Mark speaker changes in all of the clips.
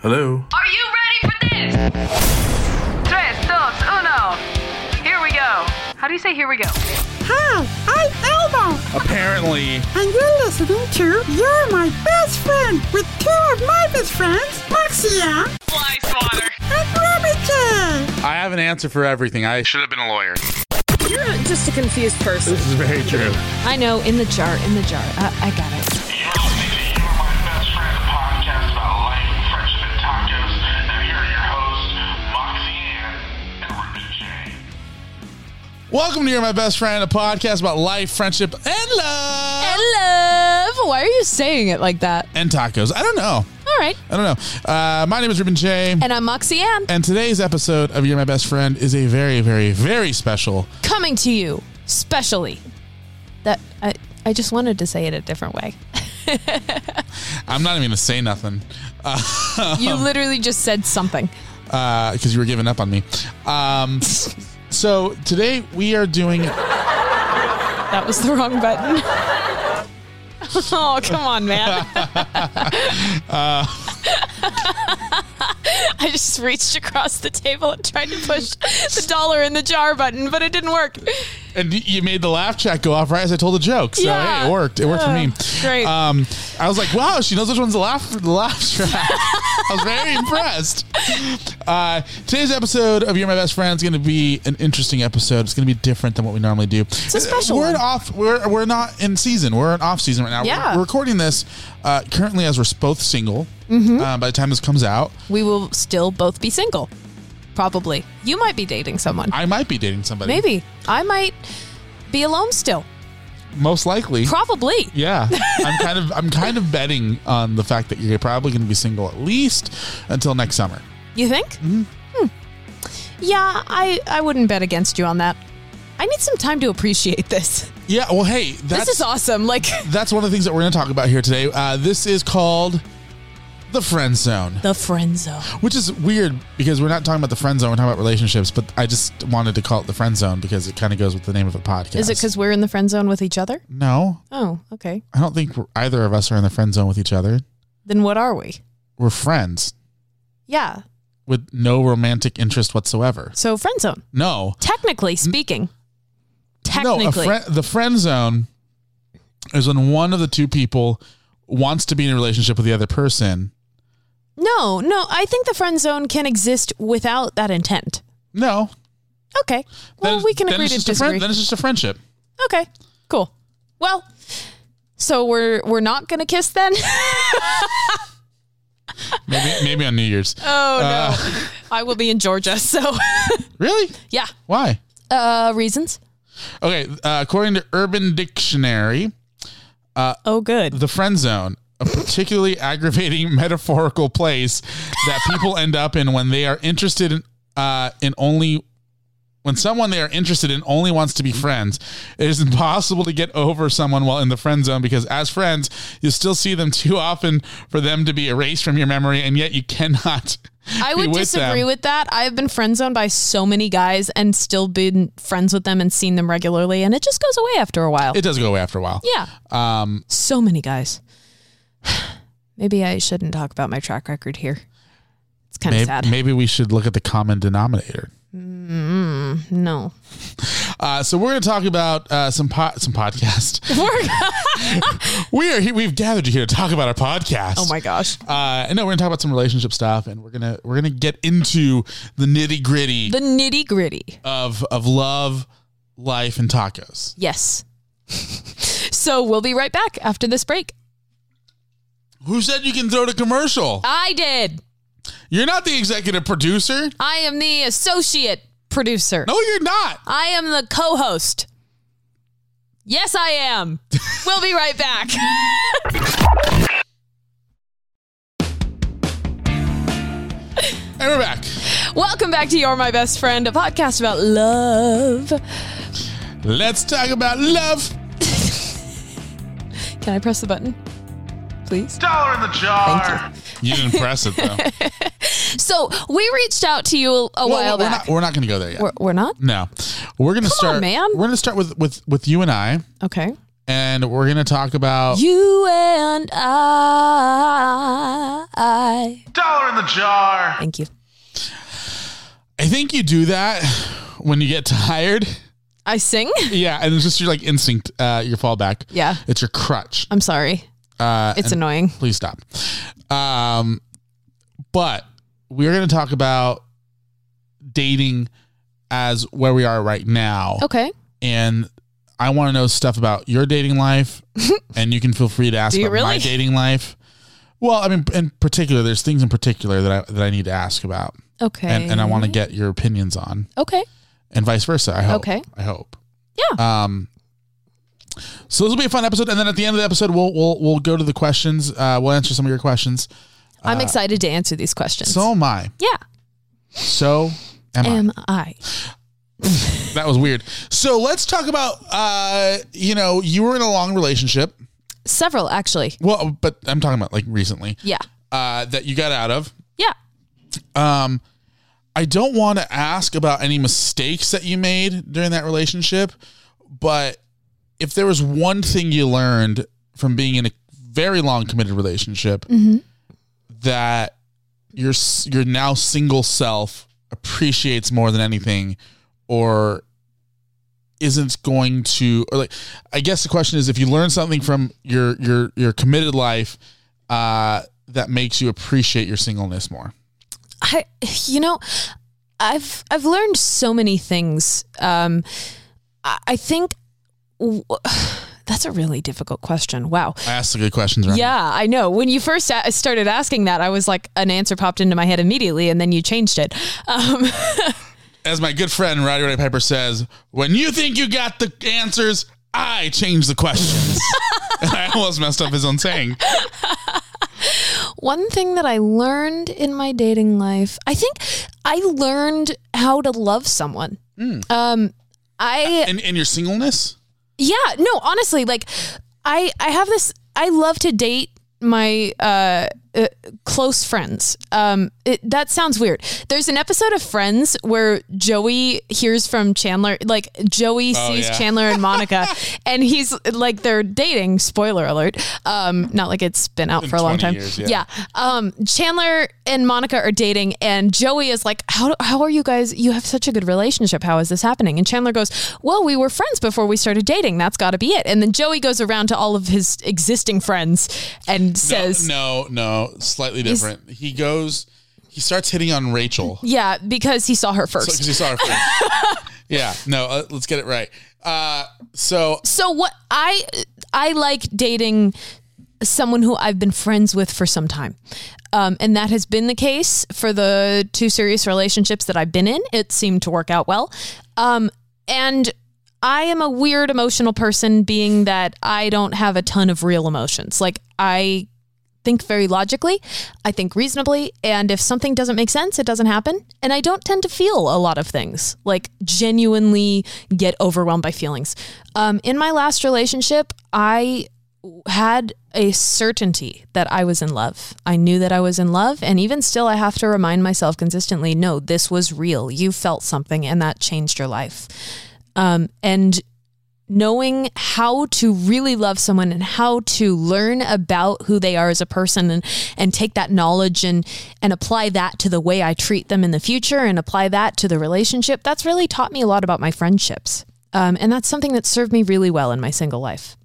Speaker 1: Hello.
Speaker 2: Are you ready for this? Tres, dos, uno. Here we go. How do you say here we go?
Speaker 3: Hi, I'm Elmo,
Speaker 4: Apparently,
Speaker 3: and you're listening to You're My Best Friend with two of my best friends, Moxia
Speaker 2: Fly swatter.
Speaker 3: and Ruby J.
Speaker 4: I have an answer for everything. I should have been a lawyer.
Speaker 5: You're just a confused person.
Speaker 4: This is very true.
Speaker 5: I know, in the jar, in the jar. Uh, I, I got it.
Speaker 6: You're listening to You're My Best Friend, a podcast about life, friendship, and tacos. Now here are your hosts, Moxie Ann and Ruby J.
Speaker 4: Welcome to You're My Best Friend, a podcast about life, friendship, and love.
Speaker 5: I love. Why are you saying it like that?
Speaker 4: And tacos. I don't know.
Speaker 5: All right.
Speaker 4: I don't know. Uh, my name is Ruben J.
Speaker 5: And I'm Moxie Ann,
Speaker 4: And today's episode of You're My Best Friend is a very, very, very special.
Speaker 5: coming to you specially. That I, I just wanted to say it a different way.
Speaker 4: I'm not even going to say nothing Oh.
Speaker 5: You literally just said something.
Speaker 4: because uh, you were giving up on me. Um, so today we are doing.
Speaker 5: That was the wrong button. oh, come on, man.
Speaker 4: Uh.
Speaker 5: I just reached across the table and tried to push the dollar in the jar button, but it didn't work.
Speaker 4: And y- you made the laugh track go off right as I told a joke. So
Speaker 5: Yeah.
Speaker 4: hey, it worked. It worked for me.
Speaker 5: great.
Speaker 4: Um, I was like, wow, she knows which one's the laugh, the laugh track. I was very impressed. Uh, today's episode of You're My Best Friend is going to be an interesting episode. It's going to be different than what we normally do. It's
Speaker 5: a special
Speaker 4: We're in
Speaker 5: one.
Speaker 4: off. We're we're not in season. We're in off season right now. We're-
Speaker 5: Yeah.
Speaker 4: We're, recording this uh, currently as we're both single.
Speaker 5: Mm-hmm.
Speaker 4: Uh, by the time this comes out,
Speaker 5: We will still both be single. Probably. You might be dating someone.
Speaker 4: I might be dating somebody.
Speaker 5: Maybe. I might be alone still.
Speaker 4: Most likely.
Speaker 5: Probably.
Speaker 4: Yeah, I'm kind of I'm kind of betting on the fact that you're probably going to be single at least until next summer.
Speaker 5: You think?
Speaker 4: Mm-hmm.
Speaker 5: Hmm. Yeah, I, I wouldn't bet against you on that. I need some time to appreciate this.
Speaker 4: Yeah. Well, hey, that's
Speaker 5: this is awesome. Like
Speaker 4: that's one of the things that we're going to talk about here today. Uh, this is called the friend zone,
Speaker 5: the friend zone.
Speaker 4: which is weird because we're not talking about the friend zone. We're talking about relationships, but I just wanted to call it the friend zone because it kind of goes with the name of the podcast.
Speaker 5: Is it because we're in the friend zone with each other?
Speaker 4: no?
Speaker 5: Oh, okay.
Speaker 4: I don't think we're- either of us are in the friend zone with each other.
Speaker 5: Then what are we?
Speaker 4: We're friends
Speaker 5: Yeah.
Speaker 4: with no romantic interest whatsoever.
Speaker 5: So friend zone.
Speaker 4: No,
Speaker 5: Technically speaking.
Speaker 4: Mm-hmm.
Speaker 5: Technically.
Speaker 4: No, a friend, the friend zone is when one of the two people wants to be in a relationship with the other person.
Speaker 5: no, no. I think the friend zone can exist without that intent.
Speaker 4: No.
Speaker 5: Okay. Well,
Speaker 4: then-
Speaker 5: we can
Speaker 4: then
Speaker 5: agree
Speaker 4: it's
Speaker 5: to
Speaker 4: just a friend-
Speaker 5: disagree.
Speaker 4: then it's just a friendship.
Speaker 5: okay. Cool. Well, so we're we're not gonna kiss then.
Speaker 4: Maybe, maybe on New Year's.
Speaker 5: Oh,
Speaker 4: Uh,
Speaker 5: I will be in Georgia. So
Speaker 4: Really?
Speaker 5: yeah.
Speaker 4: Why?
Speaker 5: Uh, reasons.
Speaker 4: Okay. Uh, according to Urban Dictionary,
Speaker 5: Oh, good.
Speaker 4: the friend zone, a particularly aggravating metaphorical place that people end up in when they are interested in, uh, in only when someone they are interested in only wants to be friends. It is impossible to get over someone while in the friend zone because as friends, you still see them too often for them to be erased from your memory, and yet you cannot.
Speaker 5: I
Speaker 4: be
Speaker 5: would
Speaker 4: with
Speaker 5: disagree
Speaker 4: them.
Speaker 5: with that. I've been friend zoned by so many guys and still been friends with them and seen them regularly, and it just goes away after a while.
Speaker 4: It does go away after a while.
Speaker 5: yeah.
Speaker 4: Um,
Speaker 5: So many guys. Maybe I shouldn't talk about my track record here. It's kind of
Speaker 4: maybe,
Speaker 5: sad.
Speaker 4: maybe we should look at the common denominator.
Speaker 5: No.
Speaker 4: Uh, so we're going to talk about uh, some po- some podcast.
Speaker 5: oh
Speaker 4: We are here. We've gathered you here to talk about our podcast.
Speaker 5: Oh my gosh.
Speaker 4: Uh, and no, we're gonna talk about some relationship stuff, and we're gonna we're gonna get into the nitty gritty
Speaker 5: The nitty gritty.
Speaker 4: of of love, life, and tacos.
Speaker 5: Yes. so we'll be right back after this break.
Speaker 4: Who said you can throw the commercial?
Speaker 5: I did.
Speaker 4: You're not the executive producer.
Speaker 5: I am the associate producer.
Speaker 4: No, you're not.
Speaker 5: I am the co host. Yes, I am. we'll be right back. Welcome back to You're My Best Friend, a podcast about love.
Speaker 4: Let's talk about love.
Speaker 5: Can I press the button? Please.
Speaker 6: Dollar in the jar.
Speaker 4: You didn't press it though.
Speaker 5: So we reached out to you a while
Speaker 4: Well, we're
Speaker 5: back.
Speaker 4: not, we're not going to go there yet.
Speaker 5: we're, we're not?
Speaker 4: no, we're going to start.
Speaker 5: man.
Speaker 4: We're going to start with with with you and I,
Speaker 5: Okay.
Speaker 4: and we're going to talk about
Speaker 5: You and I.
Speaker 6: Dollar in the jar.
Speaker 5: Thank you.
Speaker 4: I think you do that when you get tired.
Speaker 5: I sing?
Speaker 4: Yeah, and it's just your like instinct, uh, your fallback.
Speaker 5: Yeah.
Speaker 4: it's your crutch.
Speaker 5: I'm sorry.
Speaker 4: Uh,
Speaker 5: It's
Speaker 4: and
Speaker 5: annoying.
Speaker 4: please stop. Um, but we're going to talk about dating as where we are right now,
Speaker 5: Okay.
Speaker 4: and I want to know stuff about your dating life, and you can feel free to ask
Speaker 5: Do you
Speaker 4: about my
Speaker 5: really?
Speaker 4: dating life. Well, I mean, in particular, there's things in particular that I that I need to ask about,
Speaker 5: Okay.
Speaker 4: and, and I want to get your opinions on
Speaker 5: Okay.
Speaker 4: and vice versa. I hope.
Speaker 5: Okay.
Speaker 4: I hope.
Speaker 5: Yeah.
Speaker 4: Um. So this will be a fun episode, and then at the end of the episode, we'll we'll we'll go to the questions. Uh, we'll answer some of your questions.
Speaker 5: I'm excited to answer these questions.
Speaker 4: Uh, So am I.
Speaker 5: yeah.
Speaker 4: So am,
Speaker 5: Am I?
Speaker 4: I. That was weird. So let's talk about. Uh, you know, you were in a long relationship.
Speaker 5: Several, actually.
Speaker 4: Well, but I'm talking about like recently.
Speaker 5: Yeah.
Speaker 4: Uh, that you got out of.
Speaker 5: Yeah.
Speaker 4: Um, I don't want to ask about any mistakes that you made during that relationship, but if there was one thing you learned from being in a very long committed relationship that your s- your now single self appreciates more than anything, or isn't going to or like I guess the question is if you learn something from your your your committed life uh that makes you appreciate your singleness more.
Speaker 5: I, you know, I've I've learned so many things. Um, I, I think w- that's a really difficult question. Wow.
Speaker 4: I asked the good questions, right?
Speaker 5: Yeah, I know. When you first a- started asking that, I was like, an answer popped into my head immediately, and then you changed it. Um,
Speaker 4: As my good friend Roddy Ray Piper says, when you think you got the answers, I change the questions. I almost messed up his own saying.
Speaker 5: one thing that I learned in my dating life, I think I learned how to love someone.
Speaker 4: Mm.
Speaker 5: Um, I
Speaker 4: And and your singleness?
Speaker 5: Yeah, no, honestly, like I I have this I love to date my uh, uh close friends. Um it, that sounds weird. There's an episode of Friends where Joey hears from Chandler like Joey
Speaker 4: Oh,
Speaker 5: sees
Speaker 4: yeah.
Speaker 5: Chandler and Monica and he's like they're dating, spoiler alert. Um not like it's been out for a long
Speaker 4: 20
Speaker 5: time.
Speaker 4: years, yeah.
Speaker 5: yeah. Um Chandler and Monica are dating and Joey is like how how are you guys you have such a good relationship. How is this happening? And Chandler goes, "Well, we were friends before we started dating. That's got to be it." And then Joey goes around to all of his existing friends and says,
Speaker 4: no, no, no, slightly different. He goes he starts hitting on Rachel.
Speaker 5: "Yeah, because he saw her
Speaker 4: So, 'cause
Speaker 5: first.
Speaker 4: he saw her first. yeah, no, uh, let's get it right. Uh, so
Speaker 5: so what I I like dating someone who I've been friends with for some time. Um, and that has been the case for the two serious relationships that I've been in. It seemed to work out well. Um, and I am a weird emotional person, being that I don't have a ton of real emotions. Like, I think very logically, I think reasonably. And if something doesn't make sense, it doesn't happen. And I don't tend to feel a lot of things, like, genuinely get overwhelmed by feelings. Um, in my last relationship, I had a certainty that I was in love. I knew that I was in love. And even still, I have to remind myself consistently no, this was real. You felt something and that changed your life. Um, and knowing how to really love someone and how to learn about who they are as a person and, and take that knowledge and, and apply that to the way I treat them in the future and apply that to the relationship, that's really taught me a lot about my friendships. Um, and that's something that served me really well in my single life.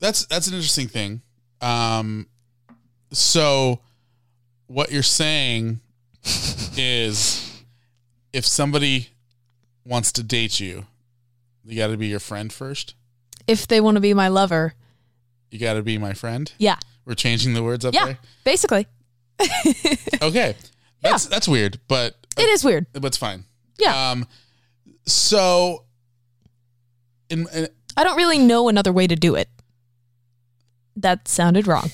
Speaker 4: that's that's an interesting thing. Um, so what you're saying is, if somebody wants to date you, you got to be your friend first.
Speaker 5: if they want to be my lover.
Speaker 4: You got to be my friend.
Speaker 5: Yeah.
Speaker 4: We're changing the words up
Speaker 5: Yeah.
Speaker 4: there.
Speaker 5: Basically.
Speaker 4: Okay, that's that's weird, but
Speaker 5: It is weird.
Speaker 4: but it's fine.
Speaker 5: Yeah.
Speaker 4: Um, so in, in
Speaker 5: I don't really know another way to do it. That sounded wrong.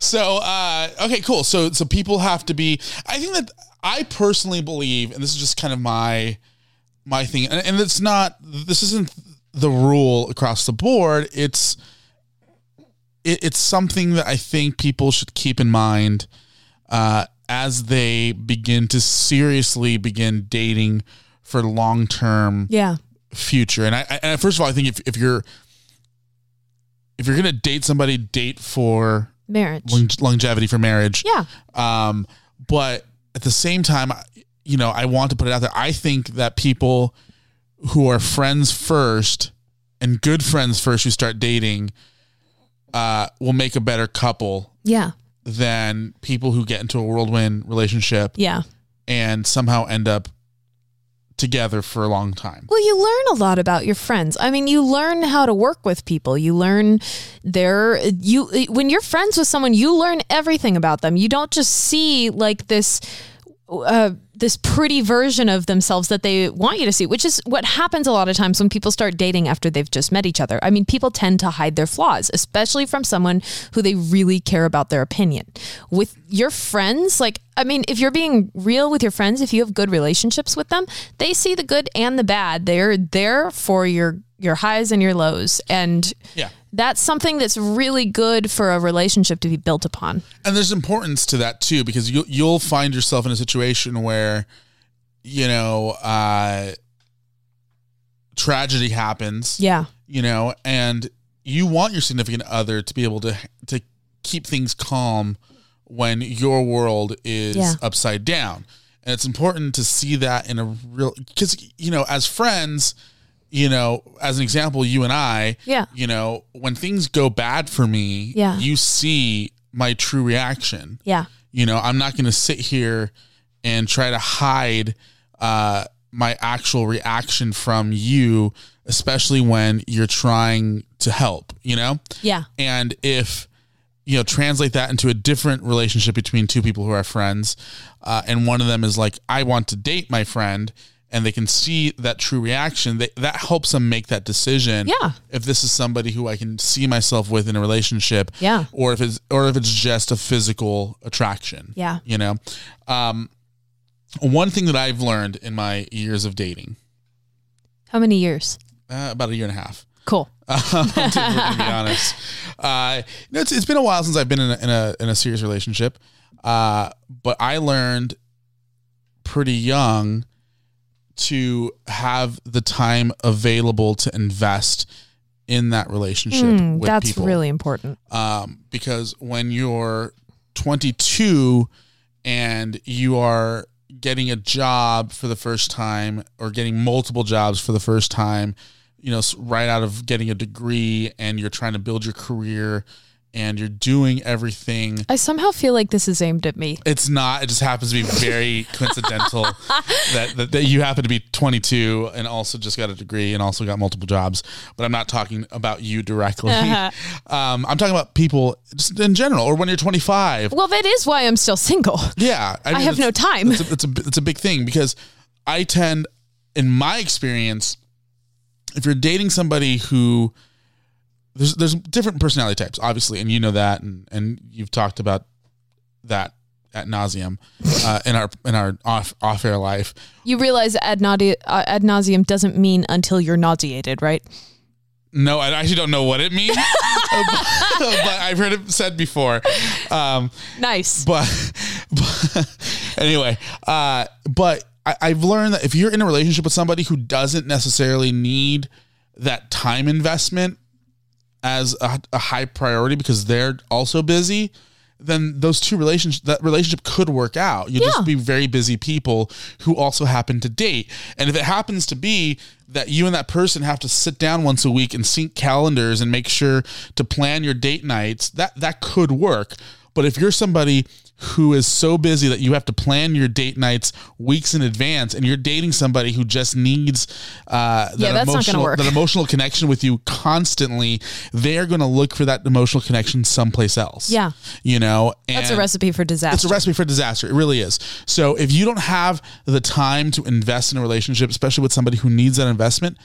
Speaker 4: So uh, okay, cool. So so people have to be. I think that I personally believe, and this is just kind of my my thing, and, and it's not. This isn't the rule across the board. It's it, it's something that I think people should keep in mind uh, as they begin to seriously begin dating for long term
Speaker 5: Yeah.
Speaker 4: future. And I, I and first of all, I think if, if you're if you're gonna date somebody, date for
Speaker 5: Marriage.
Speaker 4: lon- longevity for marriage.
Speaker 5: Yeah.
Speaker 4: Um, but at the same time, I- you know, I want to put it out there. I think that people who are friends first and good friends first who start dating uh, will make a better couple
Speaker 5: Yeah.
Speaker 4: than people who get into a whirlwind relationship
Speaker 5: Yeah.
Speaker 4: and somehow end up together for a long time.
Speaker 5: Well, you learn a lot about your friends. I mean, you learn how to work with people. You learn their you when you're friends with someone, you learn everything about them. You don't just see like this uh, this pretty version of themselves that they want you to see, which is what happens a lot of times when people start dating after they've just met each other. I mean, people tend to hide their flaws, especially from someone who they really care about their opinion. With your friends, like, I mean, if you're being real with your friends, if you have good relationships with them, they see the good and the bad. They're there for your your highs and your lows, and
Speaker 4: Yeah.
Speaker 5: that's something that's really good for a relationship to be built upon.
Speaker 4: and there's importance to that too because you you'll find yourself in a situation where you know uh tragedy happens
Speaker 5: Yeah,
Speaker 4: you know and you want your significant other to be able to to keep things calm when your world is
Speaker 5: Yeah.
Speaker 4: upside down and it's important to see that in a real cuz you know as friends you know as an example you and I
Speaker 5: Yeah.
Speaker 4: you know when things go bad for me
Speaker 5: Yeah.
Speaker 4: you see my true reaction
Speaker 5: yeah,
Speaker 4: you know i'm not going to sit here and try to hide uh, my actual reaction from you especially when you're trying to help you know
Speaker 5: yeah,
Speaker 4: and if you know translate that into a different relationship between two people who are friends uh, and one of them is like i want to date my friend and they can see that true reaction that, that helps them make that decision
Speaker 5: Yeah.
Speaker 4: if this is somebody who i can see myself with in a relationship
Speaker 5: Yeah.
Speaker 4: or if it's or if it's just a physical attraction
Speaker 5: Yeah.
Speaker 4: you know um one thing that i've learned in my years of dating
Speaker 5: How many years?
Speaker 4: uh, about a year and a half
Speaker 5: Cool.
Speaker 4: um, to to be honest. Uh, no, it's, it's been a while since I've been in a, in a, in a serious relationship. Uh, but I learned pretty young to have the time available to invest in that relationship
Speaker 5: Mm,
Speaker 4: with
Speaker 5: that's
Speaker 4: people.
Speaker 5: really important.
Speaker 4: um, because when you're 22 and you are getting a job for the first time or getting multiple jobs for the first time, you know, s- right out of getting a degree and you're trying to build your career and you're doing everything.
Speaker 5: I somehow feel like this is aimed at me.
Speaker 4: It's not, it just happens to be very coincidental that, that, that you happen to be 22 and also just got a degree and also got multiple jobs. But I'm not talking about you directly. Um, I'm talking about people just in general or when you're 25.
Speaker 5: Well, that is why I'm still single.
Speaker 4: Yeah,
Speaker 5: I have no
Speaker 4: it's-
Speaker 5: time.
Speaker 4: It's a, it's a it's a big thing because I tend, in my experience, if you're dating somebody who there's there's different personality types, obviously, and you know that, and and you've talked about that at nauseum uh, in our in our off off air life.
Speaker 5: You realize ad, nausea, uh, ad nauseum doesn't mean until you're nauseated, right?
Speaker 4: No, I actually don't know what it means, but, I've heard it said before. Um,
Speaker 5: Nice.
Speaker 4: but, but anyway, uh, but I, I've learned that if you're in a relationship with somebody who doesn't necessarily need that time investment as a, a high priority because they're also busy, then those two relationships that relationship could work out. You'll
Speaker 5: Yeah.
Speaker 4: just be very busy people who also happen to date. And if it happens to be that you and that person have to sit down once a week and sync calendars and make sure to plan your date nights, that that could work. But if you're somebody who is so busy that you have to plan your date nights weeks in advance, and you're dating somebody who just needs uh, that
Speaker 5: Yeah, that's not gonna
Speaker 4: emotional
Speaker 5: work.
Speaker 4: that emotional connection with you constantly, they're going to look for that emotional connection someplace else.
Speaker 5: Yeah.
Speaker 4: you know, and
Speaker 5: That's a recipe for
Speaker 4: It's
Speaker 5: disaster.
Speaker 4: a recipe for disaster. It really is. So if you don't have the time to invest in a relationship, especially with somebody who needs that investment,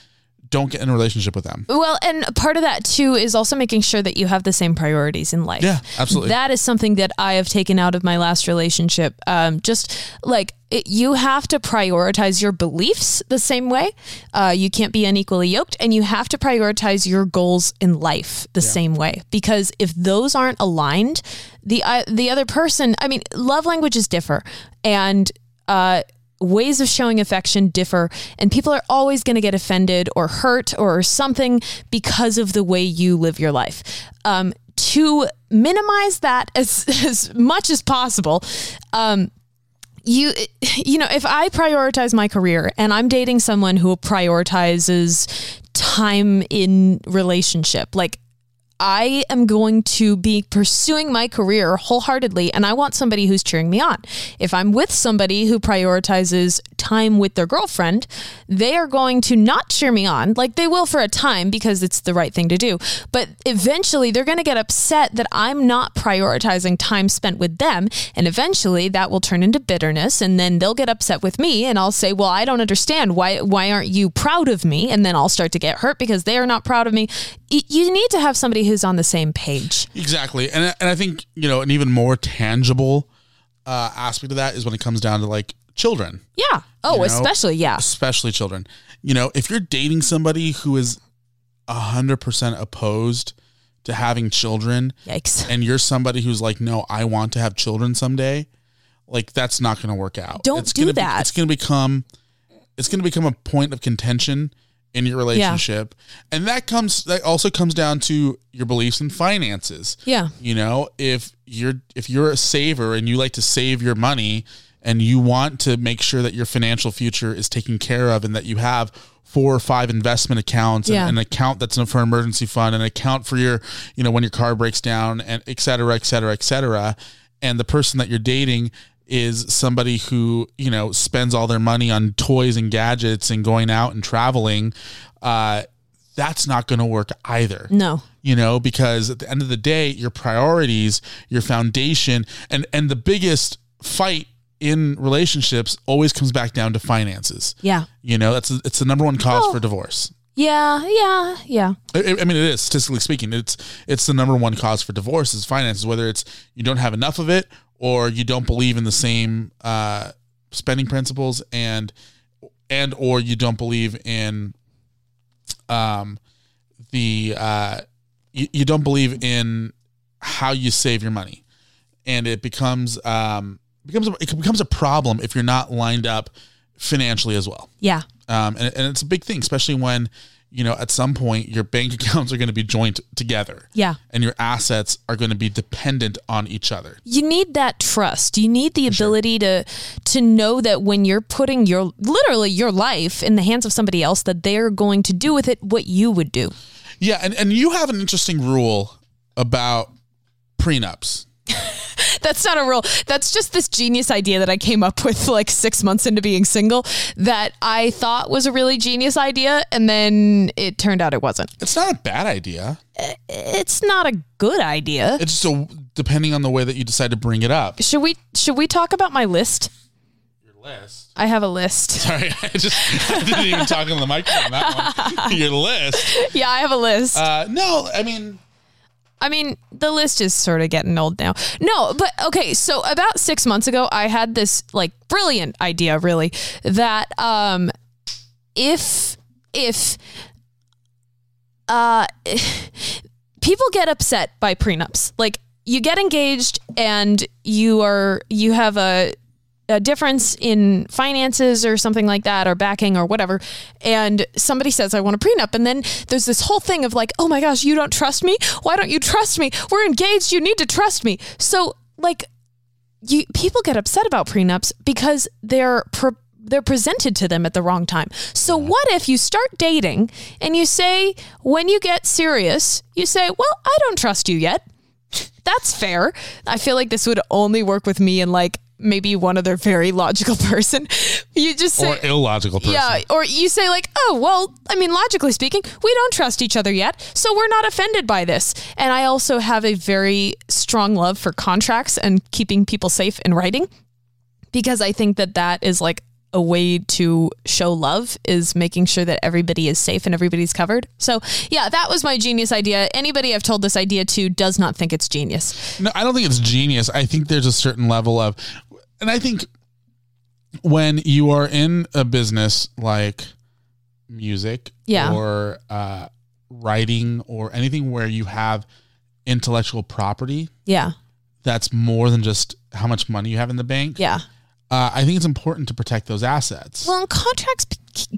Speaker 4: don't get in a relationship with them.
Speaker 5: Well, and part of that too is also making sure that you have the same priorities in life.
Speaker 4: Yeah, absolutely.
Speaker 5: That is something that I have taken out of my last relationship. Um, just like it, you have to prioritize your beliefs the same way. Uh, you can't be unequally yoked, and you have to prioritize your goals in life the same way. Because if those aren't aligned, the uh, the other person, I mean, love languages differ, and uh, ways of showing affection differ and people are always going to get offended or hurt or something because of the way you live your life um, to minimize that as, as much as possible um, you you know if i prioritize my career and i'm dating someone who prioritizes time in relationship like I am going to be pursuing my career wholeheartedly and I want somebody who's cheering me on. If I'm with somebody who prioritizes time with their girlfriend, they are going to not cheer me on. Like they will for a time because it's the right thing to do. But eventually they're going to get upset that I'm not prioritizing time spent with them. And eventually that will turn into bitterness. And then they'll get upset with me and I'll say, well, I don't understand. Why, why aren't you proud of me? And then I'll start to get hurt because they are not proud of me. Y- You need to have somebody who's on the same page.
Speaker 4: Exactly, and I- and I think you know an even more tangible uh, aspect of that is when it comes down to like children,
Speaker 5: Yeah. Oh,
Speaker 4: You know?
Speaker 5: especially, yeah.
Speaker 4: especially children. You know, if you're dating somebody who is hundred percent opposed to having children,
Speaker 5: Yikes.
Speaker 4: and you're somebody who's like, no, I want to have children someday, like that's not going to work out.
Speaker 5: Don't
Speaker 4: it's
Speaker 5: do
Speaker 4: gonna be-
Speaker 5: that.
Speaker 4: it's going to become, it's going to become a point of contention in your relationship, and that comes that also comes down to your beliefs and finances.
Speaker 5: Yeah.
Speaker 4: You know, if you're if you're a saver and you like to save your money and you want to make sure that your financial future is taken care of and that you have four or five investment accounts and
Speaker 5: Yeah.
Speaker 4: an account that's for an emergency fund, an account for your, you know, when your car breaks down and et cetera, et cetera, et cetera. And the person that you're dating is somebody who, you know, spends all their money on toys and gadgets and going out and traveling, uh, that's not going to work either
Speaker 5: No.
Speaker 4: you know because at the end of the day your priorities your foundation and and the biggest fight in relationships always comes back down to finances
Speaker 5: Yeah.
Speaker 4: you know that's it's the number one cause
Speaker 5: Oh.
Speaker 4: for divorce
Speaker 5: Yeah. Yeah. Yeah.
Speaker 4: I, I mean it is statistically speaking it's it's the number one cause for divorce is finances whether it's you don't have enough of it or you don't believe in the same uh spending principles and and or you don't believe in um the uh you, you don't believe in how you save your money and it becomes um becomes a, it becomes a problem if you're not lined up financially as well
Speaker 5: Yeah.
Speaker 4: um, and, and it's a big thing, especially when you know at some point your bank accounts are going to be joined together,
Speaker 5: Yeah.
Speaker 4: and your assets are going to be dependent on each other.
Speaker 5: you need that trust. You need the ability to to know that when you're putting your literally your life in the hands of somebody else, that they're going to do with it what you would do.
Speaker 4: Yeah, and and you have an interesting rule about prenups.
Speaker 5: That's not a rule. That's just this genius idea that I came up with like six months into being single that I thought was a really genius idea, and then it turned out it wasn't.
Speaker 4: It's not a bad idea.
Speaker 5: It's not a good idea.
Speaker 4: It's just a, depending on the way that you decide to bring it up.
Speaker 5: Should we should we talk about my list?
Speaker 4: Your list.
Speaker 5: I have a list.
Speaker 4: Sorry, I just I didn't even talk on the microphone. on That one. Your list.
Speaker 5: yeah, I have a list.
Speaker 4: Uh, no, I mean,
Speaker 5: I mean, the list is sort of getting old now. No, but okay. So about six months ago, I had this like brilliant idea, really, that um, if if uh, people get upset by prenups, like you get engaged and you are you have a a difference in finances or something like that or backing or whatever and somebody says i want a prenup and then there's this whole thing of like oh my gosh you don't trust me why don't you trust me we're engaged you need to trust me so like you people get upset about prenups because they're pre- they're presented to them at the wrong time. So what if you start dating and you say when you get serious, you say, "Well, I don't trust you yet." That's fair. I feel like this would only work with me and like maybe one other very logical person. You just say
Speaker 4: or illogical person.
Speaker 5: yeah, or you say like, "Oh, well, I mean, logically speaking, we don't trust each other yet, so we're not offended by this." And I also have a very strong love for contracts and keeping people safe in writing because I think that that is like a way to show love is making sure that everybody is safe and everybody's covered. So, yeah, that was my genius idea. Anybody I've told this idea to does not think it's genius.
Speaker 4: No, I don't think it's genius. I think there's a certain level of, and I think when you are in a business like music
Speaker 5: Yeah.
Speaker 4: or uh, writing or anything where you have intellectual property
Speaker 5: Yeah.
Speaker 4: that's more than just how much money you have in the bank.
Speaker 5: Yeah.
Speaker 4: Uh, I think it's important to protect those assets.
Speaker 5: Well, and contracts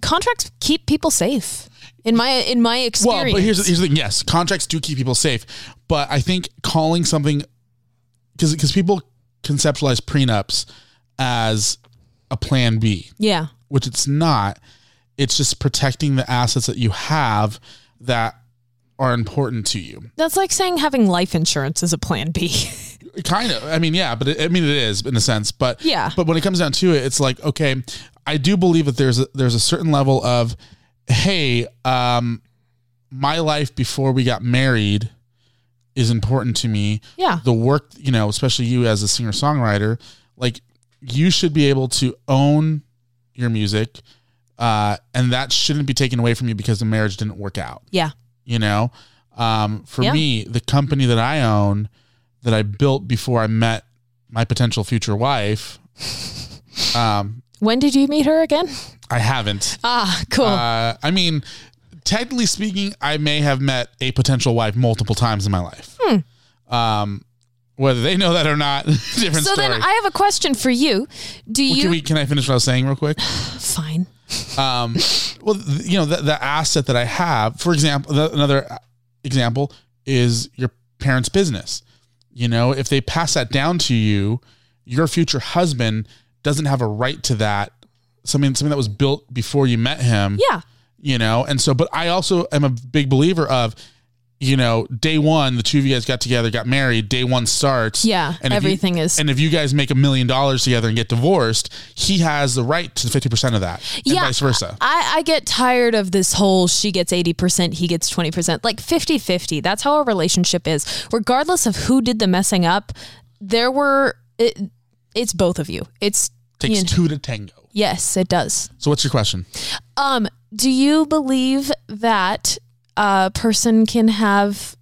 Speaker 5: contracts keep people safe. In my in my experience.
Speaker 4: Well, but here's, here's the thing. Yes, contracts do keep people safe, but I think calling something because because people conceptualize prenups as a plan B,
Speaker 5: yeah.
Speaker 4: which it's not. It's just protecting the assets that you have that are important to you.
Speaker 5: That's like saying having life insurance is a plan B.
Speaker 4: Kind of. I mean, yeah, but it, I mean, it is in a sense. But
Speaker 5: Yeah.
Speaker 4: But when it comes down to it, it's like okay, I do believe that there's a, there's a certain level of hey, um, my life before we got married is important to me.
Speaker 5: Yeah.
Speaker 4: The work, you know, especially you as a singer songwriter, like you should be able to own your music, uh, and that shouldn't be taken away from you because the marriage didn't work out
Speaker 5: yeah.
Speaker 4: you know um, for
Speaker 5: Yeah.
Speaker 4: me the company that i own that i built before i met my potential future wife um,
Speaker 5: When did you meet her again?
Speaker 4: i haven't
Speaker 5: Ah, cool.
Speaker 4: uh, i mean technically speaking i may have met a potential wife multiple times in my life um, whether they know that or not different
Speaker 5: Hmm. so
Speaker 4: story
Speaker 5: then I have a question for you. Do
Speaker 4: Well,
Speaker 5: you
Speaker 4: can, we, can i finish what i was saying real quick
Speaker 5: fine?
Speaker 4: um, well, th- you know, the, the asset that I have, for example, the, another example is your parents' business. You know, if they pass that down to you, your future husband doesn't have a right to that. Something, something that was built before you met him.
Speaker 5: Yeah.
Speaker 4: You know, and so, but I also am a big believer of, you know, day one, the two of you guys got together, got married. Day one starts.
Speaker 5: Yeah,
Speaker 4: if you-
Speaker 5: everything is-
Speaker 4: And if you guys make a million dollars together and get divorced, he has the right to fifty percent of that. And vice versa.
Speaker 5: I, I get tired of this whole she gets 80%, he gets 20%. Like 50 50. That's how a relationship is. Regardless of who did the messing up, there were, it, it's both of you. It's,
Speaker 4: takes
Speaker 5: you know-
Speaker 4: two to tango.
Speaker 5: yes, it does.
Speaker 4: So what's your question?
Speaker 5: Um, do you believe that a person can have,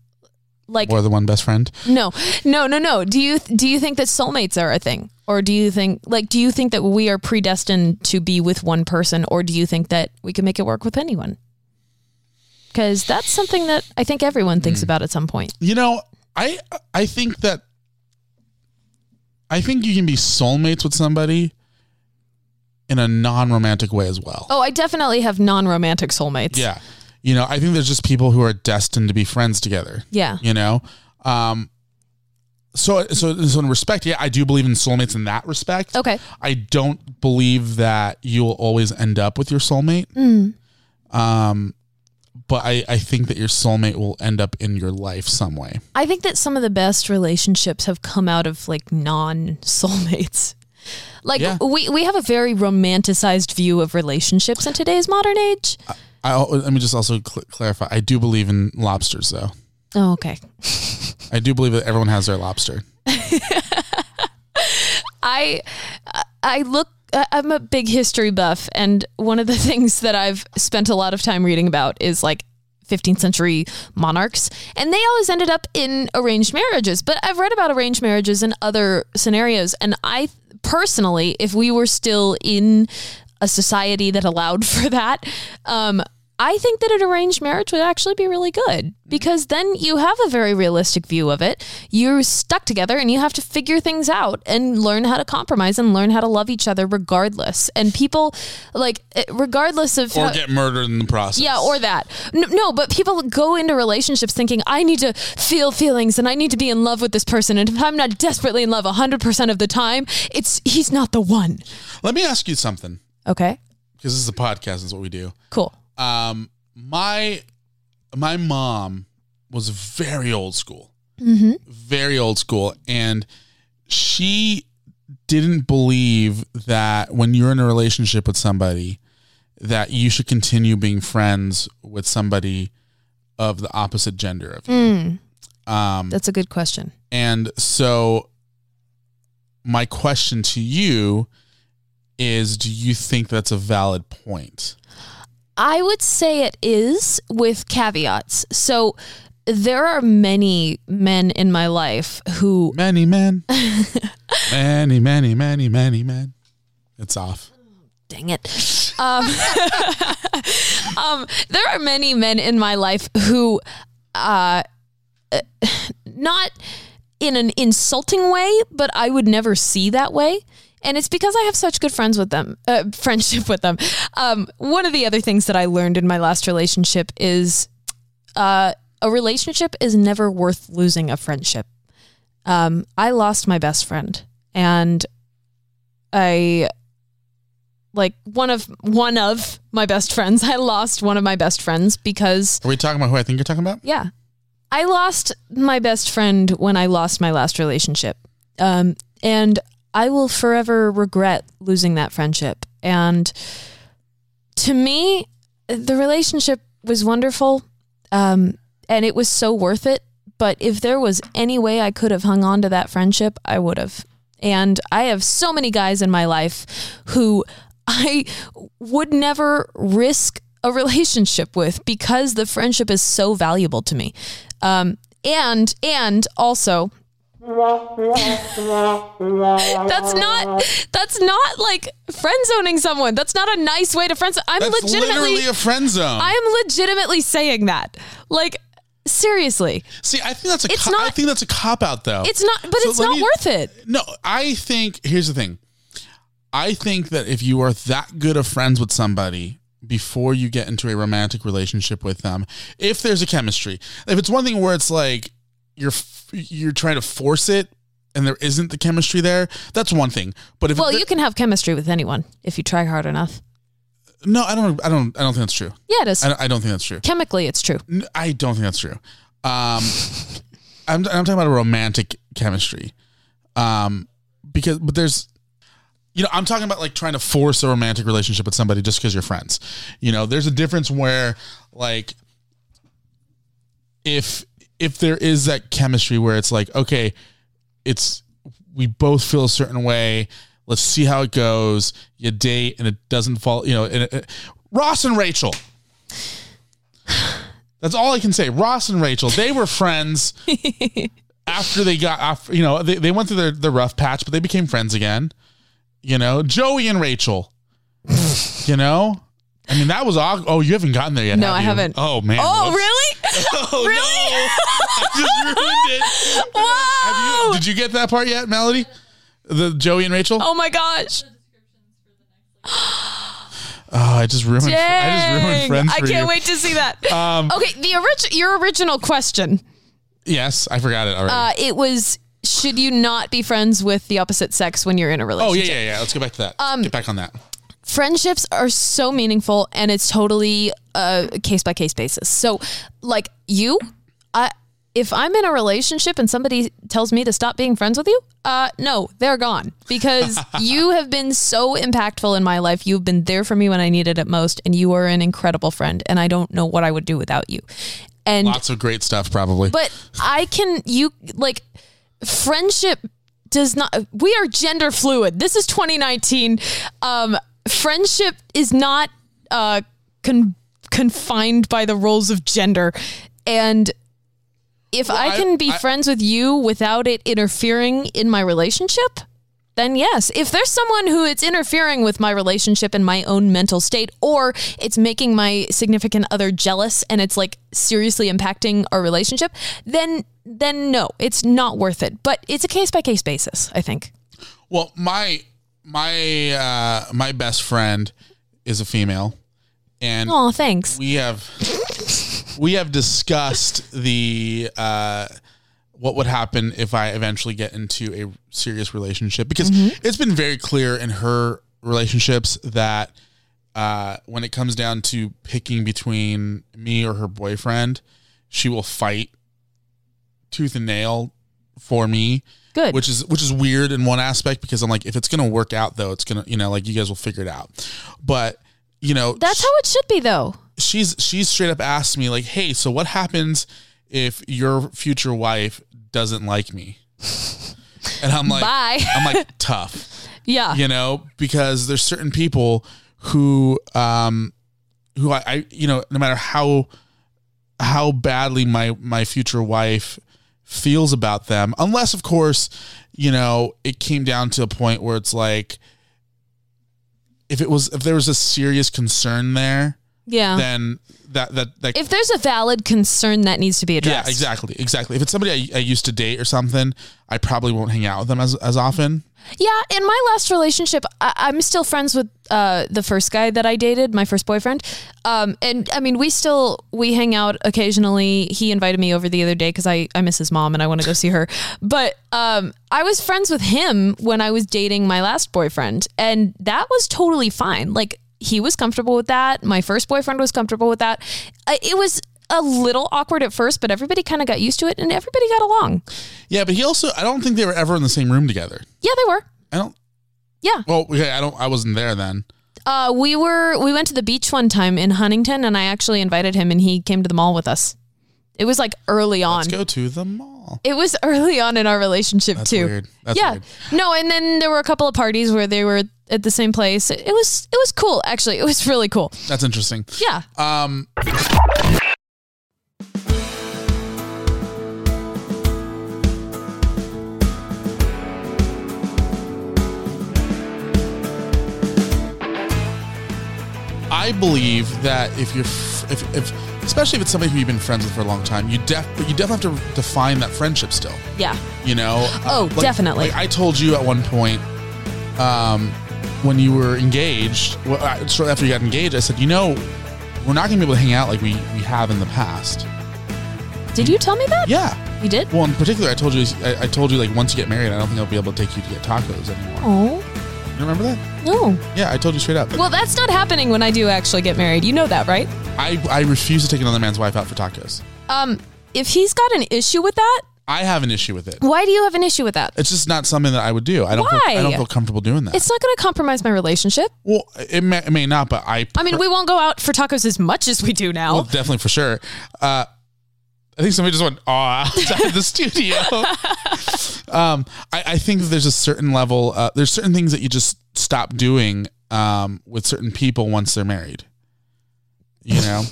Speaker 5: like,
Speaker 4: More than one best friend?
Speaker 5: no, no, no, no. Do you, do you think that soulmates are a thing? Or do you think, like, do you think that we are predestined to be with one person? Or do you think that we can make it work with anyone? Because that's something that I think everyone thinks
Speaker 4: Hmm.
Speaker 5: about at some point.
Speaker 4: You know, I I think that I think you can be soulmates with somebody in a non-romantic way as well.
Speaker 5: Oh, I definitely have non romantic soulmates.
Speaker 4: Yeah. You know, I think there's just people who are destined to be friends together.
Speaker 5: Yeah.
Speaker 4: You know? Um so so so in respect, yeah, I do believe in soulmates in that respect.
Speaker 5: Okay.
Speaker 4: I don't believe that you'll always end up with your soulmate. Um
Speaker 5: Hmm.
Speaker 4: but I, I think that your soulmate will end up in your life some way.
Speaker 5: I think that some of the best relationships have come out of like non soulmates. Like
Speaker 4: Yeah.
Speaker 5: we we have a very romanticized view of relationships in today's modern age.
Speaker 4: I al- let me just also cl- clarify. I do believe in lobsters, though.
Speaker 5: Oh, okay.
Speaker 4: I do believe that everyone has their lobster.
Speaker 5: I I look I- I'm a big history buff and one of the things that I've spent a lot of time reading about is like 15th century monarchs and they always ended up in arranged marriages but I've read about arranged marriages in other scenarios and I personally if we were still in a society that allowed for that um I think that an arranged marriage would actually be really good
Speaker 4: Mm-hmm.
Speaker 5: because then you have a very realistic view of it. You're stuck together and you have to figure things out and learn how to compromise and learn how to love each other regardless. And people, like, eh, regardless of.
Speaker 4: Or
Speaker 5: how-
Speaker 4: get murdered in the process.
Speaker 5: yeah, or that. No, no, but people go into relationships thinking, I need to feel feelings and I need to be in love with this person. And if I'm not desperately in love 100% of the time, it's he's not the one.
Speaker 4: Let me ask you something,
Speaker 5: Okay,
Speaker 4: because this is a podcast. Is what we do.
Speaker 5: cool.
Speaker 4: Um, my my mom was very old school, very old school, and she didn't believe that when you're in a relationship with somebody, that you should continue being friends with somebody of the opposite gender of you. Um,
Speaker 5: That's a good question.
Speaker 4: and so, my question to you is do you think that's a valid point?
Speaker 5: I would say it is with caveats. So there are many men in my life who
Speaker 4: Many men. many, many, many, many men. It's off.
Speaker 5: dang it. Um, um, there are many men in my life who, uh, uh, not in an insulting way, but I would never see that way. And it's because I have such good friends with them, uh, friendship with them. Um, one of the other things that I learned in my last relationship is uh, a relationship is never worth losing a friendship. Um, I lost my best friend, and I like one of one of my best friends. I lost one of my best friends because
Speaker 4: Are we talking about who I think you're talking about?
Speaker 5: yeah. I lost my best friend when I lost my last relationship. Um, and I will forever regret losing that friendship. And to me, the relationship was wonderful. Um, and it was so worth it. But if there was any way I could have hung on to that friendship, I would have. And I have so many guys in my life who I would never risk a relationship with because the friendship is so valuable to me. Um, and and also that's not that's not like friend zoning someone. That's not a nice way to friend. I'm
Speaker 4: That's
Speaker 5: legitimately
Speaker 4: literally a friend zone.
Speaker 5: I am legitimately saying that. Like seriously,
Speaker 4: See, I think that's a
Speaker 5: It's
Speaker 4: co- I
Speaker 5: not-
Speaker 4: think that's a cop out though.
Speaker 5: it's not. But
Speaker 4: Oh. So
Speaker 5: it's
Speaker 4: let
Speaker 5: not
Speaker 4: me-
Speaker 5: worth it.
Speaker 4: No, I think here's the thing. I think that if you are that good of friends with somebody before you get into a romantic relationship with them, if there's a chemistry, if it's one thing where it's like you're f- you're trying to force it and there isn't the chemistry there, that's one thing. But if
Speaker 5: Well,
Speaker 4: the-
Speaker 5: you can have chemistry with anyone if you try hard enough.
Speaker 4: no, I don't I don't I don't think that's true.
Speaker 5: Yeah, it is.
Speaker 4: I don't, I don't think that's true.
Speaker 5: Chemically, it's true.
Speaker 4: N- I don't think that's true. Um, I'm, I'm talking about a romantic chemistry. Um, because, but there's, you know, I'm talking about like trying to force a romantic relationship with somebody just because you're friends. You know, there's a difference where like if if there is that chemistry where it's like okay it's we both feel a certain way let's see how it goes you date and it doesn't fall you know and it, ross and rachel that's all i can say ross and rachel they were friends after they got off you know they, they went through their, their rough patch but they became friends again you know joey and rachel you know i mean that was awkward. oh you haven't gotten there yet
Speaker 5: No,
Speaker 4: have
Speaker 5: I
Speaker 4: you?
Speaker 5: haven't.
Speaker 4: oh man
Speaker 5: Oh,
Speaker 4: Whoops.
Speaker 5: really?
Speaker 4: Oh,
Speaker 5: Really?
Speaker 4: No. I just ruined it. Have
Speaker 5: Whoa!
Speaker 4: you, did you get that part yet, Melody? The Joey and Rachel? Oh,
Speaker 5: Oh. oh my gosh!
Speaker 4: Oh, I just ruined. I just ruined
Speaker 5: Dang!
Speaker 4: friends.
Speaker 5: I
Speaker 4: for
Speaker 5: can't
Speaker 4: you. Um,
Speaker 5: wait to see that. okay, the orig- your original question.
Speaker 4: Yes, I forgot it already.
Speaker 5: Uh, it was: Should you not be friends with the opposite sex when you're in a
Speaker 4: oh
Speaker 5: relationship?
Speaker 4: yeah, yeah, yeah. Let's go back to that.
Speaker 5: Um,
Speaker 4: get back on that.
Speaker 5: friendships are so meaningful and it's totally a case by case basis. So like you, I if I'm in a relationship and somebody tells me to stop being friends with you, uh no, they're gone because you have been so impactful in my life. You've been there for me when I needed it most and you are an incredible friend and I don't know what I would do without you. And
Speaker 4: Lots of great stuff, probably.
Speaker 5: but I can you like friendship does not we are gender fluid. This is 2019. Um friendship is not uh con- confined by the roles of gender and if I
Speaker 4: I-
Speaker 5: can be
Speaker 4: I-
Speaker 5: friends with you without it interfering in my relationship, then yes. If there's someone who it's interfering with my relationship and my own mental state, or it's making my significant other jealous and it's like seriously impacting our relationship, then then no, it's not worth it. But it's a case by case basis, I think.
Speaker 4: well, my my uh, my best friend is a female, and
Speaker 5: Oh, thanks.
Speaker 4: we have we have discussed the uh what would happen if I eventually get into a serious relationship because
Speaker 5: Mm-hmm.
Speaker 4: it's been very clear in her relationships that uh when it comes down to picking between me or her boyfriend, she will fight tooth and nail for me
Speaker 5: Good.
Speaker 4: which is which is weird in one aspect because I'm like if it's going to work out though, it's going to you know like you guys will figure it out. But you know
Speaker 5: That's how it should be though.
Speaker 4: she's she's straight up asked me like, "Hey, so what happens if your future wife doesn't like me?" And I'm like,
Speaker 5: Bye.
Speaker 4: I'm like, tough.
Speaker 5: Yeah.
Speaker 4: you know, because there's certain people who, um, who I, I, you know, no matter how, how badly my my future wife feels about them, unless of course, you know, it came down to a point where it's like, if it was if there was a serious concern there,
Speaker 5: Yeah.
Speaker 4: then that that that
Speaker 5: Oh. if there's a valid concern that needs to be addressed.
Speaker 4: yeah, exactly, exactly. If it's somebody I, I used to date or something, I probably won't hang out with them as as often.
Speaker 5: Yeah, in my last relationship, I- I'm still friends with uh, the first guy that I dated, my first boyfriend. Um, and I mean, we still we hang out occasionally. He invited me over the other day because I I miss his mom and I want to go see her. But um, I was friends with him when I was dating my last boyfriend, and that was totally fine. Like he was comfortable with that. My first boyfriend was comfortable with that. I, it was a little awkward at first, but everybody kind of got used to it and everybody got along.
Speaker 4: Yeah, but he also I don't think they were ever in the same room together.
Speaker 5: Yeah, they were.
Speaker 4: I don't.
Speaker 5: Yeah.
Speaker 4: Well, okay, I don't. I wasn't there then.
Speaker 5: Uh, we were we went to the beach one time in Huntington, and I actually invited him, and he came to the mall with us. It was like early on.
Speaker 4: Let's go to the mall.
Speaker 5: It was early on in our relationship
Speaker 4: That's
Speaker 5: too.
Speaker 4: weird. That's
Speaker 5: yeah,
Speaker 4: weird.
Speaker 5: no, and then there were a couple of parties where they were at the same place. It, it was it was cool actually. It was really cool.
Speaker 4: That's interesting.
Speaker 5: Yeah.
Speaker 4: Um. I believe that if you're, f- if, if, especially if it's somebody who you've been friends with for a long time, you def, but you definitely have to define that friendship still
Speaker 5: Yeah.
Speaker 4: you know
Speaker 5: Oh,
Speaker 4: like-
Speaker 5: definitely.
Speaker 4: like i told you at one point um, when you were engaged well, I- shortly after you got engaged i said you know we're not going to be able to hang out like we, we have in the past
Speaker 5: Did you tell me that?
Speaker 4: yeah
Speaker 5: You did.
Speaker 4: well in particular i told you I, I told you like once you get married i don't think i'll be able to take you to get tacos anymore
Speaker 5: Oh
Speaker 4: you remember that
Speaker 5: no.
Speaker 4: yeah i told you straight up
Speaker 5: Well, that's not happening when I do actually get married. You know that, right?
Speaker 4: I, I refuse to take another man's wife out for tacos
Speaker 5: Um, if he's got an issue with that,
Speaker 4: i have an issue with it
Speaker 5: why do you have an issue with that?
Speaker 4: it's just not something that i would do i don't Feel, i
Speaker 5: Why?
Speaker 4: don't feel comfortable doing that
Speaker 5: It's not going to compromise my relationship.
Speaker 4: well it may, it may not but i
Speaker 5: I mean, we won't go out for tacos as much as we do now.
Speaker 4: Well, definitely for sure. Uh, I think somebody just went ah outside of the studio. um, I, I think there's a certain level. Uh, there's certain things that you just stop doing um, with certain people once they're married. You know,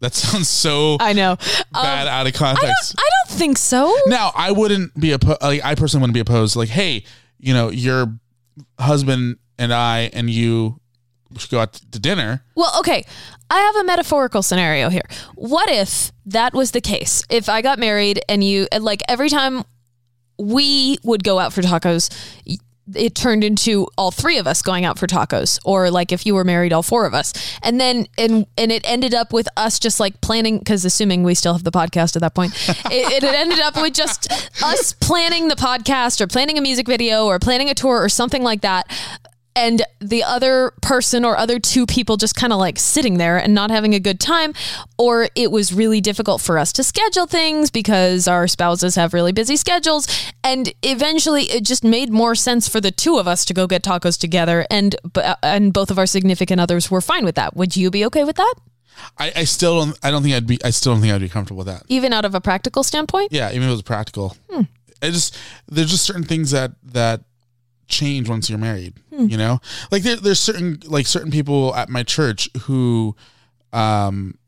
Speaker 4: that sounds so
Speaker 5: I know. Um,
Speaker 4: bad out of
Speaker 5: I don't.
Speaker 4: context.
Speaker 5: I don't think so.
Speaker 4: Now, I wouldn't be opposed. Like, I personally wouldn't be opposed. Like, hey, you know, your husband and I and you should go out to dinner.
Speaker 5: Well, okay. I have a metaphorical scenario here. What if that was the case? If I got married and you, and like every time we would go out for tacos, y- it turned into all three of us going out for tacos, or like if you were married, all four of us, and then and and it ended up with us just like planning because assuming we still have the podcast at that point, it, it ended up with just us planning the podcast or planning a music video or planning a tour or something like that and the other person or other two people just kind of like sitting there and not having a good time or it was really difficult for us to schedule things because our spouses have really busy schedules and eventually it just made more sense for the two of us to go get tacos together and b- uh, and both of our significant others were fine with that would you be okay with that
Speaker 4: I, I still don't. I don't think I'd be. I still don't think I'd be comfortable with that.
Speaker 5: even out of a practical standpoint
Speaker 4: Yeah, even if it was practical.
Speaker 5: Hmm.
Speaker 4: I just there's just certain things that that change once you're married.
Speaker 5: Hmm.
Speaker 4: You know, like there, there's certain like certain people at my church who um